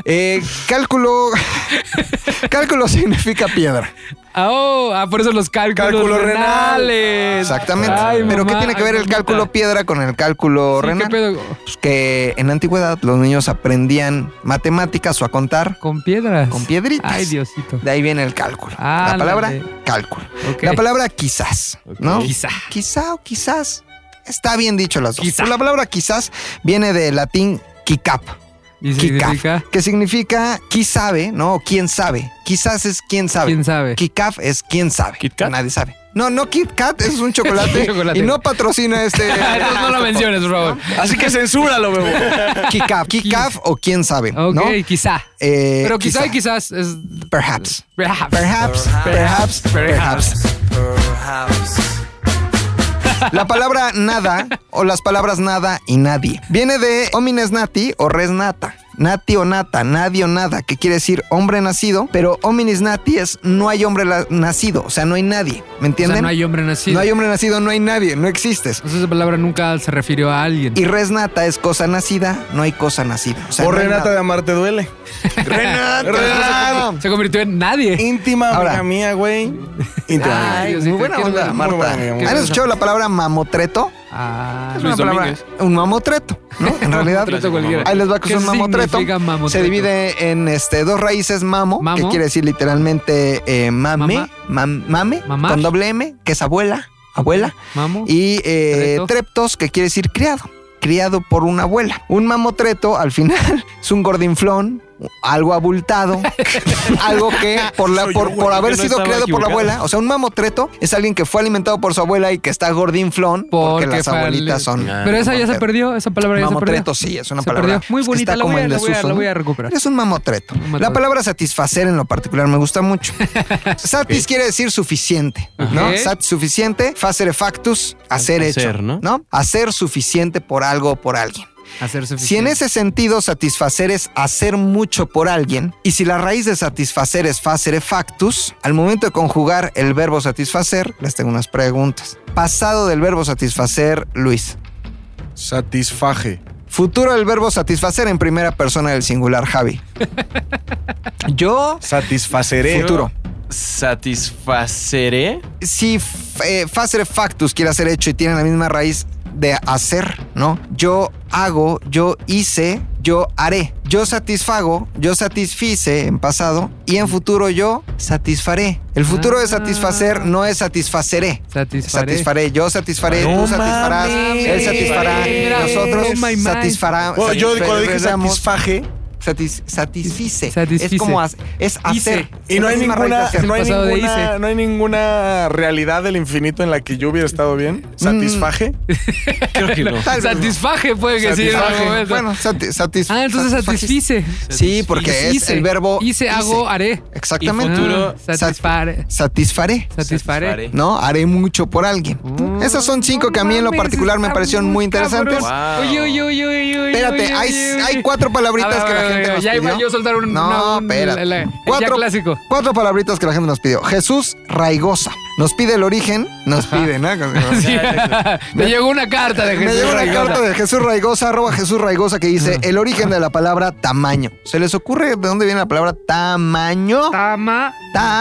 S3: Eh, cálculo. cálculo significa piedra.
S2: Ah, oh, ah, por eso los cálculos
S1: Cálculo renal.
S2: renales.
S3: Exactamente.
S2: Ay,
S3: Pero
S2: mamá,
S3: ¿qué tiene que
S2: ay,
S3: ver el
S2: mamita.
S3: cálculo piedra con el cálculo
S2: Sí, ¿qué
S3: renal?
S2: pedo?
S3: Pues que en la antigüedad los niños aprendían matemáticas o a contar
S2: Con piedras.
S3: con piedritas.
S2: Ay, Diosito.
S3: De ahí viene el cálculo. la
S2: Ándale.
S3: palabra cálculo.
S2: Ok.
S3: La palabra quizás, ¿no?
S2: Quizá.
S3: Quizá o quizás. Está bien dicho las dos. Pero La palabra quizás viene del latín kikap.
S2: ¿Y
S3: Kikap,
S2: significa?
S3: que significa quién sabe, ¿no? O quién sabe. Quizás es quién sabe.
S2: ¿Quién sabe?
S3: Kikaf es quién sabe. Nadie sabe. No, no Kit Kat, es un chocolate,
S2: Chocolate.
S3: y no patrocina este.
S2: no, no lo menciones, por favor.
S1: Así que censúralo, bebo.
S3: Kikaf, Kikaf o quién sabe,
S2: Ok,
S3: ¿no?
S2: quizá.
S3: Eh,
S2: Pero quizá y quizás es. ah,
S3: Perhaps.
S2: Perhaps.
S3: Perhaps, perhaps, perhaps. La palabra nada o las palabras nada y nadie viene de homines nati o res nata. Nati o nata, nadie o nada, que quiere decir hombre nacido, pero hominis nati es no hay hombre la- nacido, o sea, no hay nadie,
S2: O
S3: ¿me entienden?
S2: sea, no hay hombre nacido.
S3: No hay hombre nacido, no hay nadie, no existes.
S2: Entonces esa palabra nunca se refirió a alguien.
S3: Y res nata es cosa nacida, no hay cosa nacida. O, sea,
S1: o
S3: no hay
S1: Renata de
S3: nada.
S1: Amarte Duele.
S3: Renata.
S1: Renata.
S2: Se convirtió en nadie.
S1: Íntima
S3: Ahora.
S1: amiga mía, güey. Íntima.
S3: Ay,
S1: amiga.
S3: muy buena
S2: qué
S3: onda,
S2: buena-
S1: muy
S3: Marta.
S1: buena amiga, muy
S3: ¿Han
S1: buena.
S3: escuchado la palabra mamotreto?
S2: Ah,
S3: Es
S4: Luis
S3: una palabra-
S4: Domínguez.
S3: un mamotreto, ¿no? En realidad,
S2: Mamotreto cualquiera.
S3: ahí les va que
S2: ¿Qué
S3: es un mamotreto.
S2: significa mamotreto?
S3: Se divide en este, dos raíces mamo, que
S2: Mamo.
S3: quiere decir literalmente eh, mame,
S2: Mamá.
S3: mam- mame,
S2: Mamar.
S3: con doble M, que es abuela, abuela,
S2: Mamo.
S3: y eh,
S2: Treto.
S3: treptos, que quiere decir criado, criado por una abuela. Un mamotreto, al final, es un gordinflón, algo abultado, algo que por, la,
S9: Soy
S3: por,
S9: yo,
S3: por
S9: güey,
S3: haber
S9: que no
S3: sido
S9: estaba
S3: creado por la
S9: equivocado.
S3: abuela. O sea, un mamotreto es alguien que fue alimentado por su abuela y que está gordinflón porque,
S2: Porque
S3: las
S2: fue al- Ah,
S3: abuelitas son.
S2: Pero esa ya se perdió, esa palabra ya se perdió.
S3: Mamotreto, sí, es una
S2: Se
S3: palabra.
S2: perdió. Muy
S3: es que
S2: bonita,
S3: está
S2: la
S3: como
S2: voy, a,
S3: en
S2: la voy a-
S3: desuso,
S2: la
S3: ¿no?
S2: voy a recuperar.
S3: Es un mamotreto. La palabra satisfacer en lo particular me gusta mucho. Satis
S4: Ok.
S3: quiere decir suficiente, ¿no?
S4: Ajá.
S3: Sat suficiente, facere factus, hacer hecho,
S4: Hacer, ¿no?
S3: Hacer suficiente por algo o por alguien.
S2: Hacer
S3: Si en ese sentido satisfacer es hacer mucho por alguien, y si la raíz de satisfacer es facere factus, al momento de conjugar el verbo satisfacer, les tengo unas preguntas. Pasado del verbo satisfacer, Luis.
S1: Satisfaje.
S3: Futuro del verbo satisfacer en primera persona del singular, Javi. Yo
S1: Satisfaceré.
S3: Futuro.
S4: Satisfaceré.
S3: si f- eh, facere factus quiere hacer hecho y tiene la misma raíz de hacer, ¿no? Yo hago, yo hice, yo haré. Yo satisfago, yo satisfice en pasado y en futuro yo satisfaré. El futuro de satisfacer no es satisfaceré.
S2: Satisfaré.
S3: Satisfaré, yo satisfaré,
S2: No
S3: tú satisfarás,
S2: mames.
S3: él satisfará,
S2: Mira,
S3: nosotros
S2: oh my, my.
S3: satisfará.
S1: Bueno, Oh, yo cuando dije
S3: satisfaremos.
S1: satisfaje.
S3: Satis- satisfice.
S2: Satisfice.
S3: Es como ha- es hacer.
S1: Y no hay,
S3: Es la misma raíz de
S1: ninguna,
S3: hacer.
S1: no, hay
S2: Pasado de
S1: ninguna,
S2: hice.
S1: no hay ninguna realidad del infinito en la que yo hubiera estado bien. ¿Satisfaje?
S4: Creo que no.
S3: Tal vez no.
S2: Satisfaje puede que sí. en algún
S3: Satisfaje.
S2: momento.
S3: Bueno, sati- satis-
S2: Ah, entonces
S3: satisface.
S2: satisfice.
S3: Sí, porque es
S2: Hice.
S3: el verbo
S2: Hice, hago, haré.
S3: Exactamente.
S4: Y futuro,
S2: Ah, satisfaré.
S3: Satisfaré,
S2: Satisfaré.
S3: ¿no? Haré mucho por alguien. Esas son cinco que a mí en lo
S2: Mm, mames,
S3: particular me
S2: está
S3: parecieron muy interesantes.
S4: Wow.
S2: Oye, oye, oye, oye, oye.
S3: Espérate, hay, hay cuatro palabritas que la gente nos
S2: Ya iba
S3: pidió.
S2: yo a soltar un.
S3: No,
S2: una- un-
S3: espérate.
S2: la- la- Ya
S3: Cuatro-
S2: clásico.
S3: Cuatro palabritas que la gente nos pidió. Jesús Raigosa. Nos pide el origen, nos pide, ¿no?
S2: Sí. Me llegó una carta de
S3: Me
S2: Jesús.
S3: llegó una
S2: Raigosa.
S3: carta de Jesús Raigosa, arroba Jesús Raigosa, que dice el origen de la palabra tamaño. ¿Se les ocurre de dónde viene la palabra tamaño?
S2: Tama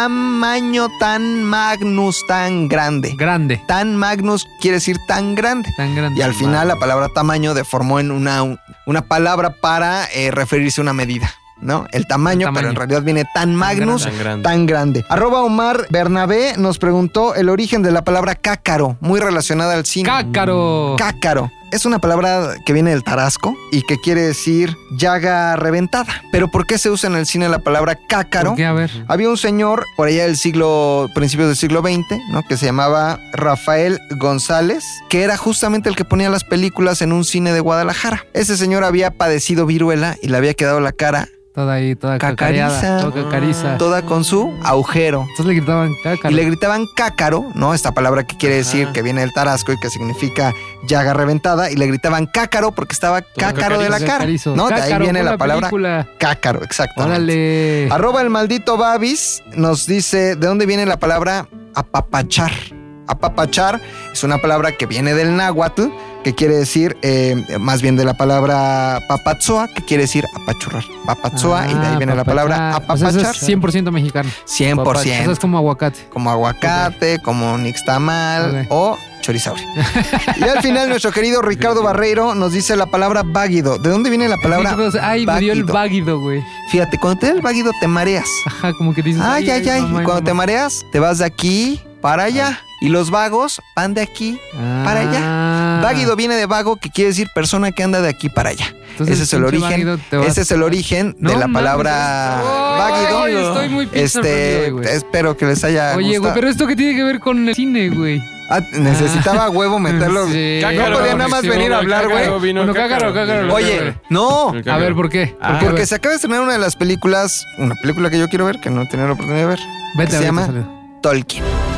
S3: Tamaño tan magnus, tan grande.
S2: grande.
S3: Tan magnus quiere decir tan grande.
S2: Tan grande.
S3: Y al final la palabra tamaño deformó en una, una palabra para eh, referirse a una medida. ¿No? El tamaño,
S2: tamaño.
S3: pero en realidad viene tan magnus, tan
S4: grande.
S3: grande.
S4: Tan grande.
S3: Arroba Omar Bernabé nos preguntó el origen de la palabra cácaro, muy relacionada al cine.
S2: Cácaro.
S3: Cácaro. Es una palabra que viene del tarasco y que quiere decir llaga reventada. Pero ¿por qué se usa en el cine la palabra cácaro?
S2: ¿Por qué? A ver.
S3: Había un señor por allá del siglo, principios del siglo XX, ¿no? Que se llamaba Rafael González, que era justamente el que ponía las películas en un cine de Guadalajara. Ese señor había padecido viruela y le había quedado la cara
S2: Toda ahí, toda
S3: Cacariza.
S2: cacareada. Toda cacariza.
S3: toda con su agujero.
S2: Entonces le gritaban cácaro.
S3: Y le gritaban cácaro, ¿no? Esta palabra que quiere decir que viene del tarasco y que significa llaga reventada. Y le gritaban cácaro porque estaba cácaro de la
S2: Cacarizo,
S3: cara.
S2: cacarizo.
S3: ¿no? De ahí
S2: Cácaro,
S3: viene
S2: pon
S3: la palabra
S2: película.
S3: cácaro, exactamente.
S2: Órale.
S3: Arroba el maldito Babis nos dice de dónde viene la palabra apapachar. Apapachar es una palabra que viene del náhuatl, que quiere decir, eh, más bien de la palabra papatzoa, que quiere decir apachurrar. Papatzoa, y de ahí
S2: Ah,
S3: viene
S2: papachar.
S3: la palabra
S2: O sea,
S3: apapachar.
S2: eso es 100% mexicano.
S3: 100%.
S2: Papachar. Eso es como aguacate.
S3: Como aguacate, como nixtamal
S2: Ok.
S3: o chorizaurio. y al final, nuestro querido Ricardo Barreiro nos dice la palabra váguido. ¿De dónde viene la palabra?
S2: Entonces, Ay, me dio el
S3: váguido?
S2: váguido, güey.
S3: Fíjate, cuando te da el váguido te mareas.
S2: Ajá, como que dices.
S3: Ay, ay, ay.
S2: mamá,
S3: y cuando
S2: mamá.
S3: te mareas, te vas de aquí para allá.
S2: Ah.
S3: Y los vagos van de aquí. para
S2: allá.
S3: Váguido viene de vago, que quiere decir persona que anda de aquí para allá.
S2: Entonces,
S3: ese es el
S2: pinche
S3: origen.
S2: váguido te vas-
S3: Ese es el origen
S2: No
S3: de la
S2: mames,
S3: palabra
S2: estoy-
S3: váguido.
S2: Ay, estoy muy pinche
S3: este,
S2: sorprendido, güey.
S3: espero que les haya
S2: Oye, güey,
S3: gustado.
S2: pero esto que tiene que ver con el cine, güey.
S3: Ah, necesitaba huevo meterlo.
S2: Sí.
S3: no podía nada más
S2: Sí,
S3: venir a
S2: güey,
S3: hablar,
S2: cácaro,
S3: güey.
S4: vino
S2: Bueno, cácaro,
S4: cácaro.
S2: cácaro.
S4: vino
S3: Oye,
S4: cácaro.
S3: no.
S4: El
S2: A
S4: cácaro.
S2: ver, ¿por qué?
S4: Ah.
S2: ¿Por qué,
S3: Porque
S2: güey?
S3: se acaba de estrenar una de las películas, una película que yo quiero ver, que no he tenido la oportunidad de ver.
S2: Vete,
S3: se
S2: vete,
S3: llama
S2: sale.
S3: Tolkien.
S2: Tolkien.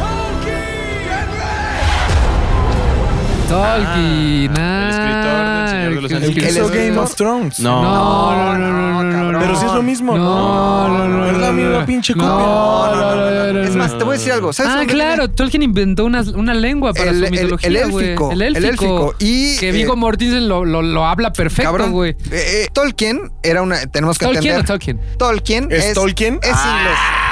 S4: el
S2: ah,
S4: escritor del Señor de los
S2: el
S1: El que
S2: que-
S1: hizo
S3: les-
S1: Game of Thrones.
S4: No.
S2: No, no, no, no, no, no.
S1: Pero si es lo mismo,
S2: No, no, no.
S1: Es la
S2: no,
S1: misma
S2: no.
S1: pinche
S2: No,
S1: copia.
S2: no, no, no, no, no,
S3: Es
S2: no.
S3: más, te voy a decir algo. ¿Sabes
S2: Ah,
S3: dónde viene?
S2: claro, Tolkien inventó una, una lengua para
S3: El-
S2: su
S3: el-
S2: mitología,
S3: el
S2: güey.
S3: élfico,
S2: El
S3: el
S2: élfico.
S3: élfico. Y,
S2: que Vigo
S3: eh,
S2: Mortensen lo, lo, lo habla perfecto,
S3: Cabrón.
S2: güey.
S3: Eh, eh, Tolkien era una. Tenemos que
S2: Tolkien o
S3: entender.
S2: Tolkien.
S3: Tolkien
S1: ¿Es Tolkien?
S3: Es inglés.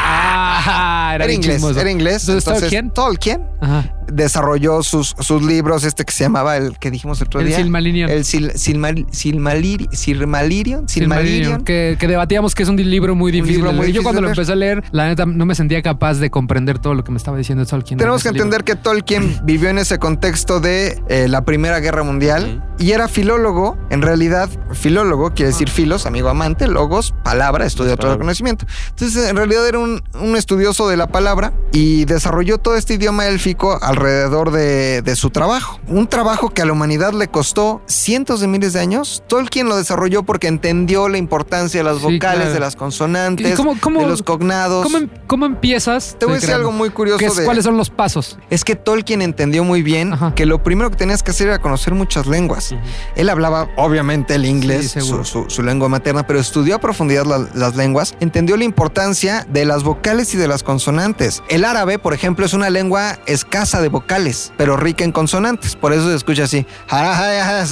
S2: Ah,
S3: Era,
S2: bien
S3: inglés,
S2: chismoso.
S3: era inglés.
S2: Entonces,
S3: Entonces,
S2: ¿Tolkien?
S3: Tolkien
S2: Ajá.
S3: desarrolló sus, sus libros, este que se llamaba el que dijimos el otro
S2: El
S3: día.
S2: Silmarillion.
S3: El Sil- Silmar- Silmalir- Silmarillion.
S2: Silmarillion,
S3: Silmarillion.
S2: Que, que debatíamos que es un libro muy difícil.
S3: libro
S2: de
S3: muy
S2: leer. Yo
S3: difícil
S2: cuando
S3: de
S2: lo
S3: leer.
S2: empecé a leer, la neta no me sentía capaz de comprender todo lo que me estaba diciendo Tolkien.
S3: Tenemos que
S2: en ese libro.
S3: entender que Tolkien vivió en ese contexto de eh, la Primera Guerra Mundial y era filólogo. En realidad, filólogo quiere decir
S2: Ah.
S3: filos, amigo amante, logos, palabra, estudio todo el
S4: palabras.
S3: conocimiento. Entonces, en realidad era un, un estudioso de la palabra y desarrolló todo este idioma élfico alrededor de, de su trabajo. Un trabajo que a la humanidad le costó cientos de miles de años. Tolkien lo desarrolló porque entendió la importancia de las
S2: Sí,
S3: vocales,
S2: claro.
S3: de las
S2: ¿Y
S3: consonantes,
S2: cómo- cómo-
S3: de los cognados.
S2: ¿Cómo, em- cómo empiezas?
S3: Te voy a decir
S2: creando?
S3: algo muy curioso
S2: ¿Qué es-
S3: de-
S2: ¿Cuáles son los pasos?
S3: es que Tolkien entendió muy bien que lo primero que tenías que hacer era conocer muchas lenguas. Él hablaba, obviamente, el inglés,
S2: Sí, seguro.
S3: su, su- su lengua materna, pero estudió a profundidad la- las lenguas, entendió la importancia de las vocales y de las consonantes. El árabe, por ejemplo, es una lengua escasa de vocales, pero rica en consonantes. Por eso se escucha así.
S2: Ah,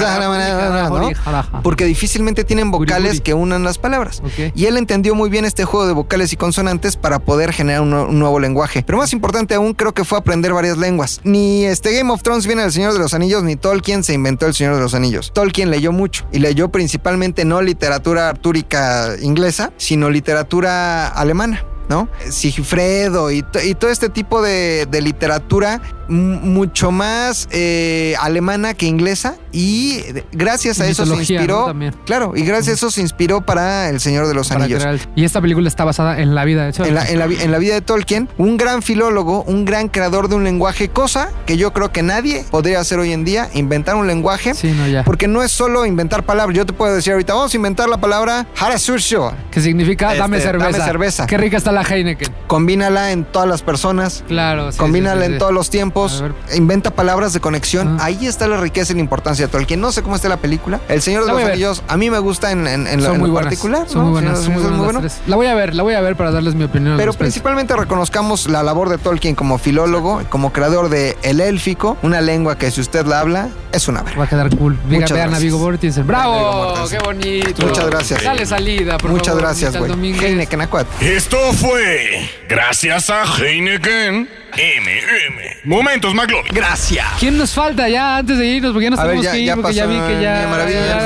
S3: ¿no? Porque difícilmente tienen vocales que unan las palabras.
S2: Ok.
S3: Y él entendió muy bien este juego de vocales y consonantes para poder generar un, nue- un nuevo lenguaje. Pero más importante aún, creo que fue aprender varias lenguas. Ni este Game of Thrones viene del Señor de los Anillos, ni Tolkien se inventó el Señor de los Anillos. Tolkien leyó mucho y leyó principalmente no literatura artúrica inglesa, sino literatura alemana. ¿No? Sigifredo y, to- y todo este tipo de, de literatura m- mucho más eh, alemana que inglesa y eh, gracias a
S2: Y
S3: eso se
S2: mitología, ¿no?
S3: inspiró
S2: También.
S3: Claro, y gracias a eso se inspiró para El Señor de los
S2: Para
S3: Anillos.
S2: crear el- Y esta película está basada en la vida de
S3: En
S2: Tolkien.
S3: la, en la vi- en la vida de Tolkien, un gran filólogo, un gran creador de un lenguaje, cosa que yo creo que nadie podría hacer hoy en día, inventar un lenguaje.
S2: Sí, no, ya.
S3: Porque no es solo inventar palabras. Yo te puedo decir ahorita, vamos a inventar la palabra harasursho.
S2: Que significa
S3: Este,
S2: dame cerveza.
S3: dame cerveza.
S2: Qué rica está la Heineken.
S3: Combínala en todas las personas.
S2: Claro. sí,
S3: Combínala
S2: sí, sí,
S3: en
S2: sí.
S3: todos los tiempos,
S2: A ver. Ah.
S3: inventa palabras de conexión. Ahí está la riqueza y la importancia de Tolkien. No sé cómo está la película. El Señor de
S2: La voy
S3: los
S2: a ver.
S3: Anillos, a mí me gusta en, en, en lo-
S2: Son
S3: en
S2: muy
S3: lo
S2: buenas.
S3: particular.
S2: Son
S3: ¿no?
S2: muy buenas.
S3: El Señor de los
S2: muy
S3: Anillos es
S2: buenas
S3: bueno.
S2: las tres. La voy a ver, la voy a ver para darles mi opinión. al
S3: Pero
S2: respecto.
S3: principalmente reconozcamos la labor de Tolkien como filólogo, como creador de El Élfico, una lengua que si usted la habla, es una verga.
S2: Va a quedar cool. Diga,
S3: Muchas
S2: vean a
S3: gracias.
S2: Vigo Mortensen.
S3: Vigo
S2: ¡Bravo! ¡Qué
S3: Mortensen.
S2: bonito!
S3: Muchas gracias.
S2: Dale salida, por
S3: Muchas
S2: favor,
S3: gracias,
S2: Michal
S3: güey.
S2: Domínguez.
S3: Heineken Acuat.
S14: Esto fue gracias a Heineken MM. Momentos, McLovin. Gracias.
S2: ¿Quién nos falta ya antes de irnos? Porque ya nos
S14: A ver,
S2: tenemos
S14: ya-
S2: que ir,
S14: ya
S2: porque ya vi
S14: pasó
S2: que
S14: Niña Maravilla, ya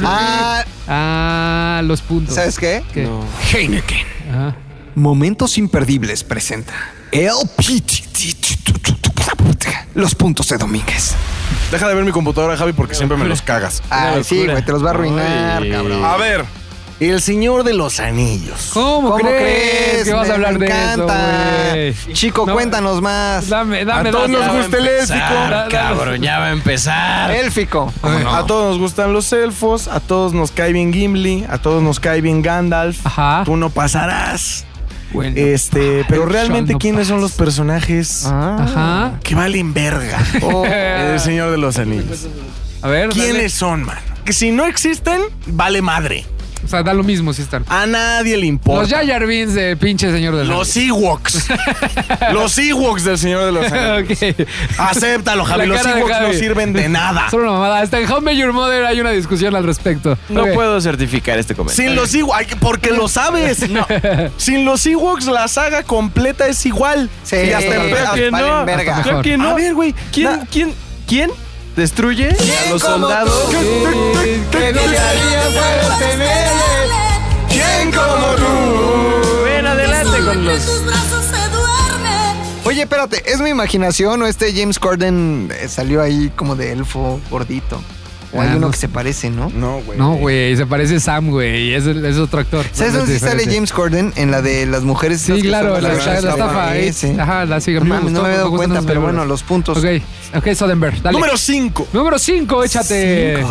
S2: ya. Ah, los puntos.
S3: ¿Sabes qué?
S14: Heineken.
S3: Momentos imperdibles presenta El Pit- Los puntos de Domínguez.
S1: Deja de ver mi computadora, Javi, porque siempre me los cagas.
S3: Ay, sí, güey, te los va a arruinar, cabrón.
S1: A ver. El Señor de los Anillos.
S2: ¿Cómo,
S3: ¿Cómo
S2: crees?
S3: crees?
S2: que vas
S3: Me
S2: a hablar de
S3: encanta.
S2: eso, güey?
S3: Chico,
S2: No,
S3: cuéntanos más.
S2: Dame, dame,
S1: A todos
S2: dame,
S1: nos
S2: dame.
S1: gusta el
S2: Da-
S1: élfico.
S2: da-
S4: Cabrón, ya va a empezar.
S3: Élfico.
S1: A todos nos gustan los elfos, a todos nos cae bien Gimli, a todos nos cae bien Gandalf. Tú no pasarás.
S2: Bueno.
S1: este, pero
S2: yo
S1: realmente
S2: no Ah.
S1: quiénes son los personajes
S3: Ah.
S2: Ajá.
S1: que valen verga
S2: Oh.
S1: en el Señor de los Anillos.
S2: A ver, dale.
S1: ¿Quiénes son, man? Que si no existen, vale madre.
S2: O sea, da lo mismo si están.
S1: A nadie le importa.
S2: Los Jar Beans de pinche señor de
S1: Los Ewoks. los Ewoks del Señor de los Anillos. Acéptalo, Javi.
S2: La
S1: Los
S2: cara de
S1: Ewoks no
S2: Javi.
S1: sirven de nada.
S2: Solo una mamada. Hasta en Home Your Mother hay una discusión al respecto.
S4: No
S2: Ok.
S4: puedo certificar este comentario.
S1: Sin los Ewoks, porque lo sabes. Sin los Ewoks, la saga completa es igual.
S3: Sí,
S1: y hasta
S3: sí,
S1: el
S4: Creo que
S1: pe-
S4: no.
S3: valen verga.
S4: Creo que no.
S1: A ver, güey.
S4: ¿Quién,
S1: na-
S4: quién, quién destruye a los
S9: como
S4: soldados?
S9: tú?
S4: ¿Qué
S9: ¿Quién como tú?
S4: Ven adelante con los.
S3: Oye, espérate, ¿es mi imaginación o este James Corden eh, salió ahí como de elfo gordito? O hay
S2: Ah,
S3: uno
S2: no
S3: que se parece, ¿no?
S1: No, güey.
S2: No, güey, se parece a Sam, güey. Es, el- es otro actor.
S3: ¿Sabes
S2: No, no es
S3: dónde sí sale
S2: diferente.
S3: James Corden? En la de las mujeres. esas
S2: Sí,
S3: que
S2: claro,
S3: son
S2: la,
S3: las
S2: la, la
S3: grandes
S2: estafa. eh, ahí.
S3: ese.
S2: Ajá, la sigue. a mí
S3: No mames, no
S2: gustó,
S3: me había dado
S2: gustan
S3: cuenta,
S2: esas
S3: pero bueno,
S2: películas.
S3: los puntos.
S2: Ok, ok, Soderbergh, dale.
S1: Número 5.
S2: Número 5, échate.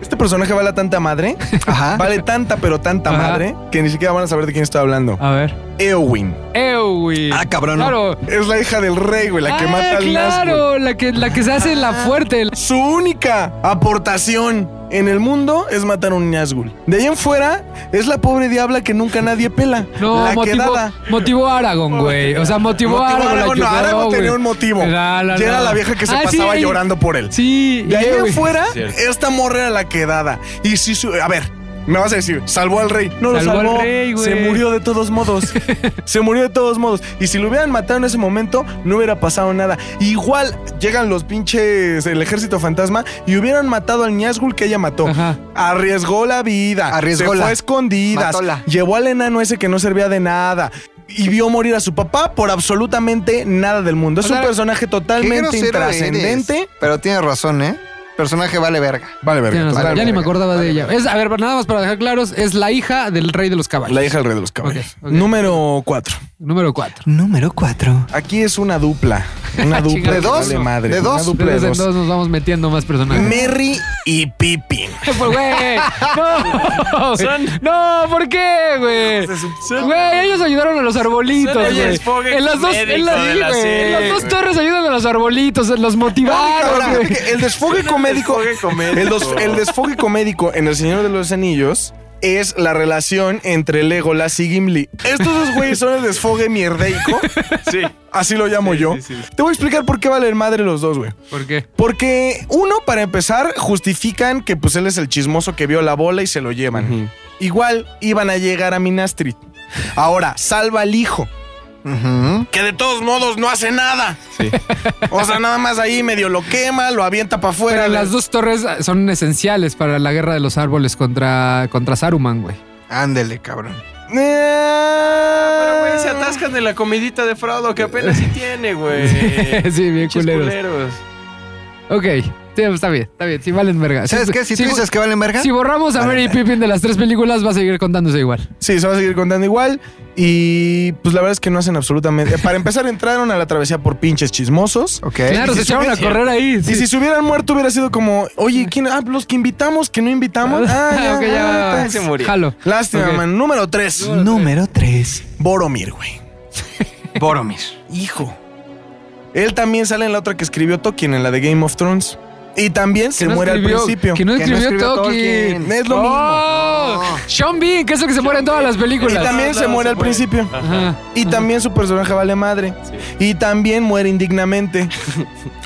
S1: Este personaje vale tanta madre.
S3: Ajá.
S1: Vale tanta, pero tanta
S2: Ah. Ajá.
S1: madre que ni siquiera van a saber de quién estoy hablando.
S2: A ver.
S1: Eowyn.
S2: Ewi.
S3: Ah, cabrón. no.
S2: Claro.
S1: Es la hija del rey, güey, la que
S2: Ah,
S1: mata al Nazgûl.
S2: Claro, la que, la que se hace la
S3: Ah.
S2: fuerte.
S1: Su única aportación en el mundo es matar a un Nazgul. De ahí en fuera es la pobre diabla que nunca nadie pela.
S2: No,
S1: la
S2: motivó,
S1: quedada.
S2: motivó a Aragón, güey. O sea, motivó, a Aragón.
S1: Aragón, no, Aragón tenía un motivo. Y era la vieja que se pasaba llorando por él.
S2: Ah, Sí.
S1: De ahí
S2: güey.
S1: en fuera,
S2: Cierto.
S1: esta morra era la quedada. Y si su- a ver, Me vas a decir, salvó al rey. No
S2: Salvó
S1: lo
S2: al
S1: salvó.
S2: rey, güey.
S1: Se murió de todos modos. Se murió de todos modos. Y si lo hubieran matado en ese momento, no hubiera pasado nada. Igual llegan los pinches, el ejército fantasma, y hubieran matado al Niasgul que ella mató. Arriesgó la vida.
S3: Arriesgó
S1: Se
S3: la-
S1: fue a escondidas.
S3: Matóla.
S1: Llevó al enano ese que no servía de nada. Y vio morir a su papá por absolutamente nada del mundo. Es
S3: O sea,
S1: un personaje totalmente intrascendente.
S3: Pero tienes razón, ¿eh? Personaje vale verga.
S1: Vale verga.
S2: Ya, no sé,
S1: total.
S2: ya ni me acordaba de ella. Es, a ver, nada más para dejar claros, es la hija del rey de los caballos.
S1: La hija del rey de los caballos. Número 4.
S2: Número 4.
S1: Número 4. Aquí es una dupla. Una dupla
S2: Ah, ¿De dos?
S1: vale madre.
S2: ¿De
S1: Una
S2: dos?
S1: dupla de
S2: Entonces,
S1: dos.
S2: en dos nos vamos metiendo más personajes.
S1: Merry y Pippin.
S2: Pues, güey, no, güey.
S1: Son-
S2: no, ¿por qué, güey? Güey, ellos ayudaron a los arbolitos,
S4: Son el
S2: güey.
S4: desfogue
S2: En las dos, en las,
S4: comédico de la
S2: sí, güey, en las
S4: serie,
S2: dos
S4: güey.
S2: torres ayudan a los arbolitos, los motivaron,
S1: Ahora,
S2: güey.
S1: el desfogue comédico.
S4: comédico.
S1: El, dos- el desfogue comédico en El Señor de los Anillos es la relación entre Legolas y Gimli. Estos dos güeyes son el desfogue mierdeico.
S4: Sí.
S1: Así lo llamo yo. Te voy a explicar por qué valen madre los dos, güey.
S2: ¿Por qué?
S1: Porque uno, para empezar, justifican que pues él es el chismoso que vio la bola y se lo llevan. Igual iban a llegar a Minastri. Ahora, salva al hijo. Que de todos modos no hace nada. O sea, nada más ahí medio lo quema, lo avienta para afuera.
S2: Pero
S1: le-
S2: las dos torres son esenciales para la guerra de los árboles contra, contra Saruman, güey.
S3: Ándele, cabrón.
S1: Eh.
S4: Pero, güey, se atascan de la comidita de Frodo que apenas sí tiene, güey.
S2: sí, bien
S4: Pinches
S2: culeros.
S4: culeros.
S2: Ok, sí, está bien, está bien. Si valen verga.
S3: ¿Sabes qué? Si tú dices que valen verga,
S2: Si borramos a Mary Pippin de las tres películas, va a seguir contándose igual.
S1: Sí, se va a seguir contando igual. Y pues la verdad es que no hacen absolutamente. Para empezar, entraron a la travesía por pinches chismosos.
S3: Ok.
S2: Claro, se echaron a correr ahí.
S1: Y si se hubieran muerto, hubiera sido como, oye, ¿quién? Ah, los que invitamos, que no invitamos. Ah, ya,
S2: Ok, ya.
S1: ah,
S4: Se murió.
S2: Jalo.
S1: Lástima,
S2: Ok.
S1: man. Número 3.
S10: Número 3.
S1: Boromir, güey.
S3: Boromir.
S1: Hijo. Él también sale en la otra que escribió Tolkien, en la de Game of Thrones. Y también se
S2: no
S1: muere
S2: escribió-
S1: al principio.
S2: Que no escribió, Tolkien.
S1: Es lo
S2: Oh, Sean Bean, que es lo que se muere en todas las películas.
S1: mismo. Y también se muere al principio.
S2: Ajá.
S1: Y también su personaje vale madre. Y también muere indignamente.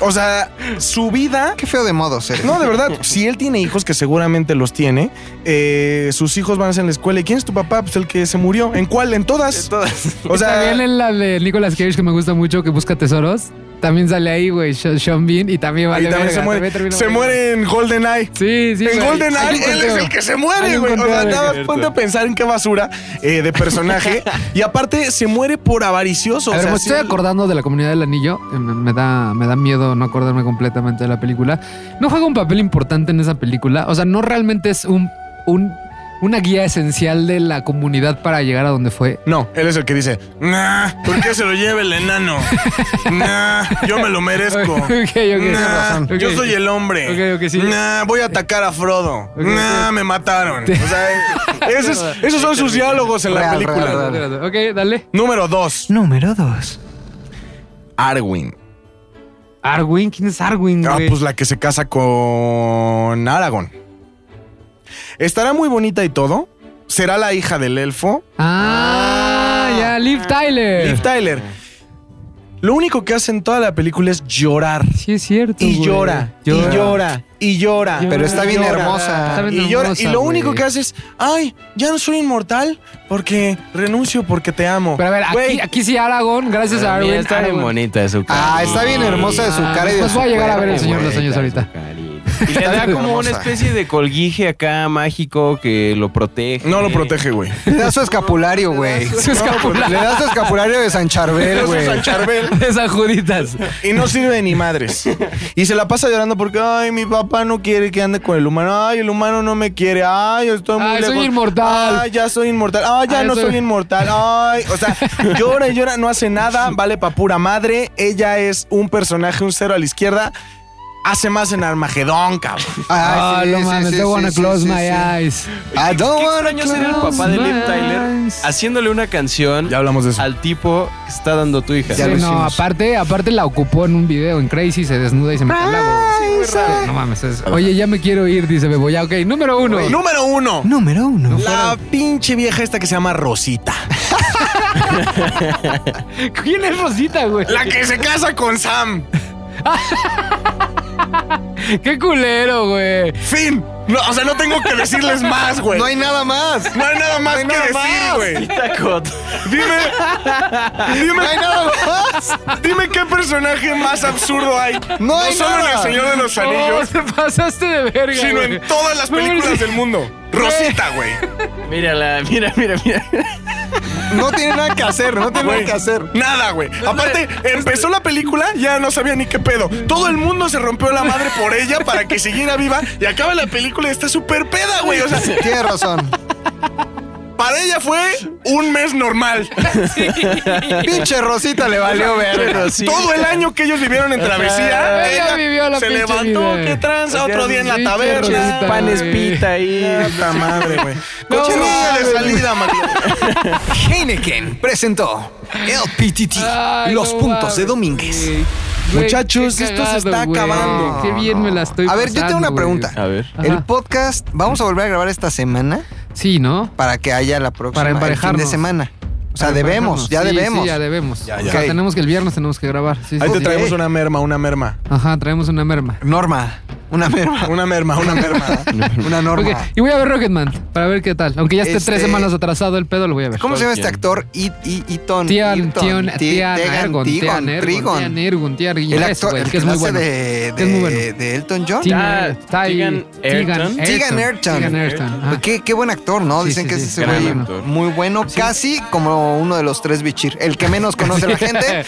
S1: O sea, su vida.
S3: Qué feo de ¿eh? modos eres.
S1: No, de verdad, si él tiene hijos, que seguramente los tiene, eh, sus hijos van a ser en la escuela. ¿Y quién es tu papá? Pues el que se murió. ¿En cuál? ¿En todas?
S4: Todas.
S1: O sea,
S2: También en la de Nicolas Cage, que me gusta mucho, que busca tesoros. También sale ahí, güey, Sean- Sean Bean. Y también vale
S1: y también
S2: verga,
S1: se muere.
S2: termina
S1: se
S2: muriendo.
S1: muere en GoldenEye.
S2: Sí, sí.
S1: en
S2: güey. Hay
S1: GoldenEye,
S2: un
S1: él es
S2: conteo.
S1: el que se
S2: Hay
S1: muere,
S2: un
S1: güey. O
S2: conteo
S1: sea,
S2: de-
S1: nada, más
S4: cierto.
S1: ponte a pensar en qué basura eh, de personaje. y aparte, se muere por avaricioso.
S2: A
S1: o
S2: ver,
S1: sea,
S2: me
S1: sí,
S2: estoy acordando de la comunidad del anillo. Eh, Me, me da, me da miedo no acordarme completamente de la película. No juega un papel importante en esa película. O sea, no realmente es un, un- una guía esencial de la comunidad para llegar a donde fue.
S1: No, él es el que dice, nah, ¿por qué se lo lleva el enano? Nah, yo me lo merezco.
S2: Ok, ok.
S1: Nah,
S2: razón.
S1: yo
S2: Ok.
S1: soy el hombre.
S2: Ok, ok, sí.
S1: Nah, voy a atacar a Frodo. nah, me mataron. O sea, esos, esos son sus diálogos en la
S3: Real,
S1: película.
S3: real, real.
S2: Ok, dale.
S1: Número 2.
S10: Número 2.
S1: Arwin.
S2: Arwin, ¿quién es Arwin?
S1: Ah,
S2: güey?
S1: pues la que se casa con Aragón. Estará muy bonita y todo. Será la hija del elfo.
S2: ah, ya, Liv Tyler.
S1: Liv Tyler. Lo único que hace en toda la película es llorar.
S2: Sí, es cierto.
S1: Y
S2: güey.
S1: llora, y llora, y llora.
S3: Pero está bien
S1: Llora.
S3: hermosa.
S2: Está bien
S1: Y, llora,
S2: hermosa,
S1: y lo
S2: güey.
S1: único que hace es, ay, ya no soy inmortal porque renuncio porque te amo.
S2: Pero a ver, aquí,
S1: Güey,
S2: aquí sí Aragón, gracias a
S4: Para mí
S2: Arwin.
S4: está bien
S2: Aragón.
S4: bonita su cara.
S3: Ah, está bien hermosa de su
S2: Ah,
S3: cara y de
S2: pues
S3: su
S2: voy a llegar a ver el
S3: cuerpo,
S2: Señor de los
S3: güey.
S2: Años ahorita.
S4: Y le da como una
S3: hermosa.
S4: especie de colguije acá mágico que lo protege.
S1: no lo protege, güey.
S3: Le da su escapulario, güey.
S2: Su
S3: Le
S2: escapulario
S3: da su escapulario de San Charbel, güey.
S2: de esas juditas.
S1: Y no sirve de ni madres. Y se la pasa llorando porque, ay, mi papá no quiere que ande con el humano. Ay, el humano no me quiere. Ay, yo estoy muy
S2: Ay, soy
S1: lejos.
S2: inmortal. Ah,
S1: Ay, ya soy inmortal. Ay, ya
S2: Ay,
S1: no
S2: soy-
S1: soy... inmortal. Ay, o sea, llora y llora, no hace nada. Vale pa' pura madre. Ella es un personaje, un cero a la izquierda. Hace más en Armagedón, cabrón.
S2: Ah,
S3: sí,
S2: no
S3: sí,
S2: mames,
S3: sí,
S2: I
S3: sí,
S2: wanna
S3: sí,
S2: close
S3: sí,
S2: my
S3: sí.
S2: eyes.
S3: I don't
S4: Qué
S3: wanna
S4: extraño ser el
S3: close
S4: papá de Liv
S2: my
S4: Tyler
S2: eyes.
S4: haciéndole una canción
S1: Ya hablamos de eso.
S4: al tipo que está dando tu hija.
S2: Sí, no, aparte, aparte la ocupó en un video en Crazy, se desnuda y se mete al lago. No mames, es- oye, ya me quiero ir, dice Bebo. Ya, ok, número uno.
S1: Número uno.
S10: Número 1.
S1: La pinche vieja esta que se llama Rosita.
S2: ¿Quién es Rosita, güey?
S1: La que se casa con Sam.
S2: Qué culero, güey.
S1: Fin. No, o sea, no tengo que decirles más, güey.
S3: No hay nada más.
S1: No hay nada más
S3: No
S1: que
S3: hay nada
S1: decir,
S3: más.
S1: güey. Dime. Dime.
S3: No hay nada
S1: más. Dime qué personaje más absurdo hay.
S3: No hay
S1: solo en El
S3: nada.
S1: Señor de los
S2: No,
S1: Anillos,
S2: Oh, te pasaste de verga.
S1: sino
S2: güey.
S1: en todas las
S2: No,
S1: películas
S2: sí.
S1: del mundo. Rosita, güey.
S4: Mírala, mira, mira, mira.
S3: No tiene nada que hacer, no tiene
S1: Güey.
S3: nada que hacer.
S1: Nada, güey. Aparte,
S3: este,
S1: empezó la película, ya no sabía ni qué pedo. Todo el mundo se rompió la madre por ella para que siguiera viva y acaba la película y está súper peda, güey. O sea,
S3: Tienes razón.
S1: para ella fue un mes normal.
S3: Pinche Rosita le valió ver.
S1: Todo el año que ellos vivieron en travesía,
S2: Ella
S1: ella
S2: vivió la
S1: se
S2: pinche
S1: levantó,
S2: vida. Pues
S1: qué tranza, otro día en la
S2: Sí,
S1: taberna.
S2: qué
S4: Panes
S2: güey.
S4: pita ahí.
S1: Puta madre, güey.
S2: No,
S1: Coche roja de
S2: mames.
S1: salida, Matías.
S3: Heineken presentó LPTT,
S2: Ay,
S3: los
S2: no
S3: puntos
S2: mames,
S3: de Domínguez.
S2: güey. Güey,
S1: Muchachos,
S2: qué
S1: esto se
S2: cagado,
S1: está
S2: güey.
S1: acabando.
S2: Qué bien me la estoy
S3: A ver, yo tengo
S2: pasando,
S3: una
S2: güey.
S3: pregunta.
S4: A ver.
S2: Ajá.
S3: El podcast, vamos a volver a grabar esta semana
S2: Sí, ¿no?
S3: para que haya la próxima
S2: Para
S3: el fin de
S2: emparejarnos.
S3: semana. O sea,
S2: Para
S3: debemos,
S2: emparejarnos.
S3: ya
S2: Sí,
S3: debemos.
S2: Sí, ya debemos.
S1: Ya,
S2: Ya,
S1: ya.
S2: O sea,
S3: Ok.
S2: tenemos que el viernes tenemos que grabar. Sí,
S1: Ahí
S2: sí,
S1: te
S2: sí.
S1: traemos una merma, una merma.
S2: Ajá, traemos una merma.
S3: Norma, una merma,
S1: Una merma, una merma.
S3: una norma.
S2: Ok, y voy a ver Rocketman para ver qué tal. Aunque ya esté
S3: Este-
S2: tres semanas atrasado el pedo, lo voy a ver.
S3: ¿Cómo se llama este
S4: Tolkien.
S3: actor? I- I- Iton.
S2: Tian,
S3: Iton,
S2: Tion,
S3: Ti-
S2: Tian,
S3: Tegan,
S2: Ergon,
S3: Tigon,
S2: Tian, Ergon,
S3: Trigon.
S2: Tian, Ergon, Tian,
S3: El
S2: Ergon, ese,
S3: actor,
S2: güey,
S3: el
S2: que es
S3: la
S2: muy
S3: hace
S2: bueno.
S3: de,
S2: Que es muy bueno.
S3: de- de Elton John.
S2: Tian,
S4: Ah,
S2: Er- Tai-
S4: Tegan Ayrton.
S3: Tegan Ayrton.
S2: Tegan Ayrton,
S3: Pues
S2: ajá.
S3: Qué, qué buen actor, ¿no?
S2: Sí,
S3: Dicen
S2: sí,
S3: que
S2: sí,
S3: es ese
S4: gran
S3: güey
S4: actor.
S3: muy bueno, casi como uno de los tres Bichir. El que menos conoce la gente,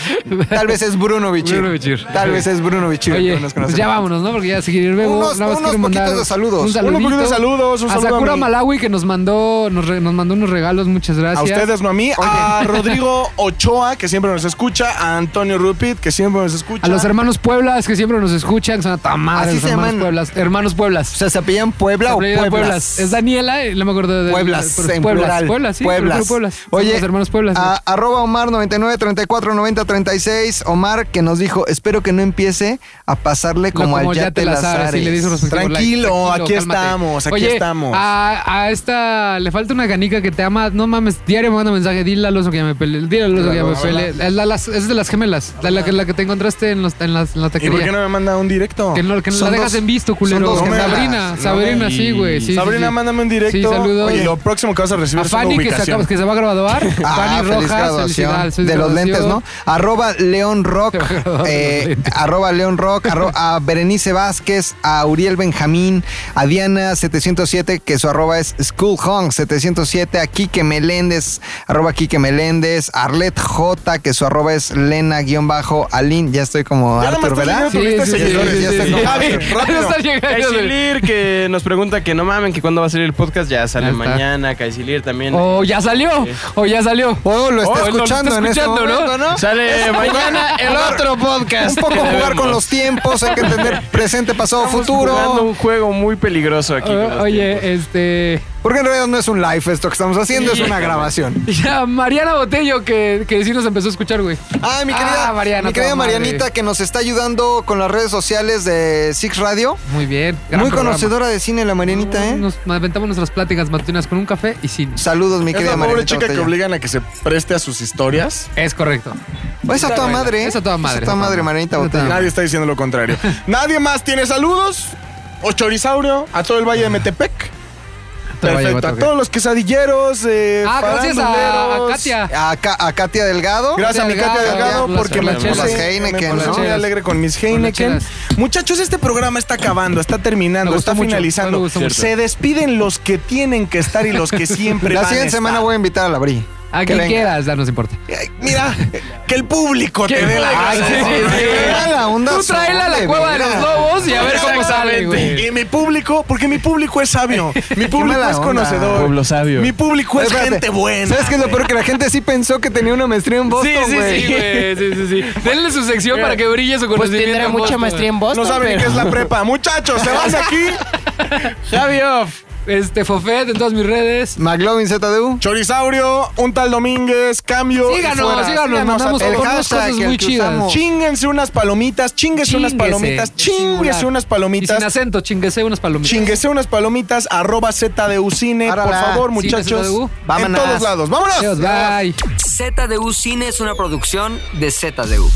S3: tal vez es Bruno Bichir.
S2: Bruno Bichir.
S3: Tal vez es Bruno Bichir. el
S2: Oye,
S3: que menos conoce
S2: pues ya
S3: la gente.
S2: vámonos, ¿no? Porque ya seguir bebo.
S3: Unos-
S2: nada más
S3: unos
S2: quiero mandar
S3: poquitos de saludos.
S2: Un
S3: Unos
S1: Unos
S2: saludito.
S1: poquitos de saludos, un
S2: A
S1: saludo a
S2: Sakura
S1: mi-
S2: Malawi que nos mandó, nos, re- nos mandó unos regalos, muchas gracias.
S1: A ustedes, no a mí. A Rodrigo Ochoa, que siempre nos escucha. A Antonio Rupit, que siempre nos escucha.
S2: A los hermanos Pueblas que siempre nos escuchan, que son a ta madre,
S3: Así
S2: los
S3: se
S2: hermanos
S3: llaman.
S2: Pueblas. Hermanos Pueblas.
S3: O sea, ¿se apellan Puebla o
S2: Apellido
S3: Pueblas?
S2: Pueblas. Es Daniela, eh, no me acuerdo de
S3: Pueblas,
S2: pero
S3: en
S2: Pueblas,
S3: plural.
S2: Pueblas, sí,
S3: Pueblas.
S2: pero Pueblas. Son
S3: Oye,
S2: los hermanos Pueblas.
S3: a- arroba Omar 99 34 90 36. Omar que nos dijo, espero que no empiece a pasarle
S2: No,
S3: como, al Yate, Lazares.
S2: y le dice respectivo like.
S1: Tranquilo, aquí estamos, aquí
S2: Oye,
S1: estamos.
S2: A, a esta le falta una canica que te ama. No mames, diario me manda mensaje. Dile al oso que ya me pele. Dile al oso que ya me pele. Es, la- las- es de las gemelas, la, la que, la que te encontraste en, los, en, las, en la
S1: ¿Y por qué
S2: taquería.
S1: no me manda un directo?
S2: Que no, que no la
S3: Son
S2: dejas
S3: dos-
S2: en visto, culero.
S3: son dos gemelas.
S2: Sabrina,
S3: No,
S2: Sabrina, sí, güey. sí, sí,
S1: Sabrina,
S2: sí.
S1: mándame un directo.
S2: Sí, saludos.
S1: Oye, lo próximo que vas a recibir
S2: A
S1: es una
S2: Fanny que se, acaba-
S1: ubicación.
S2: que se va a graduar.
S3: Ah,
S2: Fanny
S3: feliz
S2: Rojas,
S3: graduación.
S2: felicidades, feliz
S3: de los
S2: graduación.
S3: lentes, ¿no? Arroba León Rock, eh,
S2: Los lentes.
S3: arroba León Rock, arro- a Berenice Vázquez, a Uriel Benjamín, a Diana 707, que su arroba es schoolhong 707, a Quique Meléndez, arroba Quique Meléndez, a Arlet J, que su arroba es Lena-Alin, ya estoy como
S1: Ya nada más
S3: Arthur,
S1: estás leyendo
S3: ¿verdad?
S1: tu lista de
S3: sí, sí,
S1: seguidores,
S3: sí,
S1: ya
S3: sí,
S1: está
S3: sí.
S1: como-
S3: Ah,
S1: Javi, rápido.
S2: Está llegando, güey.
S4: Caicilir que nos pregunta que no mamen que cuándo va a salir el podcast, ya sale
S2: Ahí está. Oh.
S4: mañana, Caicilir también.
S2: O ya salió, o ya salió.
S3: Oh, lo está
S2: Oh, lo
S3: escuchando,
S2: está
S3: en este
S2: escuchando, ¿no?
S3: momento, ¿no?
S4: Sale mañana el otro
S3: Un
S4: podcast.
S3: poco jugar con
S4: Vemos.
S3: los tiempos, hay que entender presente, pasado,
S4: Estamos jugando
S3: futuro.
S4: un juego muy peligroso aquí. con
S2: O-
S4: los tiempos.
S2: Ah, Oye, este.
S3: Porque en realidad no es un live esto que estamos haciendo, es una
S4: Híjole.
S3: grabación.
S2: Ya, Mariana Botello, que, que sí nos empezó a escuchar, güey.
S3: Ah, mi querida,
S2: Ah, Mariana,
S3: mi querida
S2: toda madre.
S3: Marianita que nos está ayudando con las redes sociales de Six Radio.
S2: Muy bien. gran
S3: Muy
S2: programa.
S3: conocedora de cine la Marianita, ¿eh?
S2: Nos aventamos nuestras pláticas matutinas con un café y sin.
S3: Saludos, mi
S1: Es
S3: querida
S1: la pobre
S3: Marianita.
S1: chica que
S3: Botello.
S1: obligan a que se preste a sus historias.
S2: Es correcto.
S3: Oh, esa toda madre, ¿eh?
S2: Esa toda madre,
S3: Esa toda
S2: esa
S3: madre,
S2: toda
S3: Marianita
S2: madre.
S3: Botello.
S1: Nadie está diciendo lo contrario. Nadie más tiene saludos. Ochorizaurio, a todo el Valle de Metepec. Perfecto. A todos los quesadilleros. eh,
S2: Ah, gracias a, a
S1: faranduleros.
S2: Katia.
S3: A, Ka- a Katia Delgado.
S1: Gracias a mi Katia
S2: Delgado,
S1: Delgado
S2: por las
S1: porque me
S2: chelas.
S1: puse,
S2: Por
S3: las Heineken,
S1: me puse
S2: ¿no?
S1: muy alegre con mis Heineken.
S2: chelas.
S1: Muchachos, este programa está acabando, está terminando,
S2: Me gustó
S1: está
S2: mucho, me
S1: finalizando.
S2: gustó mucho.
S1: Se despiden los que tienen que estar y los que siempre
S3: La
S1: van a
S3: siguiente semana
S1: estar.
S3: voy a invitar a la Bri.
S2: A
S3: Que
S2: quien
S3: venga.
S2: quieras, ya nos importa.
S1: Ay, Mira, que el público te
S2: Que
S1: dé la
S2: venga,
S1: gana.
S2: sí, sí, sí.
S3: Era la onda
S2: Tú tráela a
S3: zombie,
S2: la cueva de
S3: mira.
S2: los lobos y a ver cómo sale, güey.
S1: Y mi público, porque mi público es sabio, mi público
S3: mala
S1: es
S3: onda.
S1: conocedor,
S4: Pueblo sabio.
S1: mi público es
S3: Espérate.
S1: gente buena.
S3: ¿Sabes qué es lo peor? Que la gente sí pensó que tenía una maestría en Boston,
S2: Sí, sí,
S3: güey.
S2: sí, güey. Sí, sí, sí. Denle su sección para que brille su
S15: Pues
S2: conocimiento.
S15: tendrá
S2: en
S15: mucha
S2: Boston.
S15: maestría en
S1: No
S15: Boston.
S1: saben
S15: pero-
S1: qué es la prepa. Muchachos, se van de aquí.
S2: Javio, este Fofet en todas mis redes.
S3: McLovin ZDU.
S1: Chorisaurio, un tal Domínguez, cambio. y
S2: Síganos,
S1: fuera.
S2: síganos, mandamos
S1: a
S2: por
S1: todos.
S2: unas
S3: hashtag,
S2: cosas
S3: el
S2: muy
S3: que
S2: chidas.
S3: usamos.
S1: Chínguense unas palomitas, chinguense unas palomitas, chinguense unas
S2: Y sin
S1: palomitas.
S2: acento, chinguese unas palomitas.
S1: Chinguese unas palomitas, arroba ZDUcine, por
S3: Árala.
S1: favor,
S2: Sí,
S1: muchachos.
S2: ZDU.
S1: En
S3: Vámonos.
S1: todos lados, vámonos.
S2: Adiós, bye.
S16: ZDU Cine es una producción de ZDU.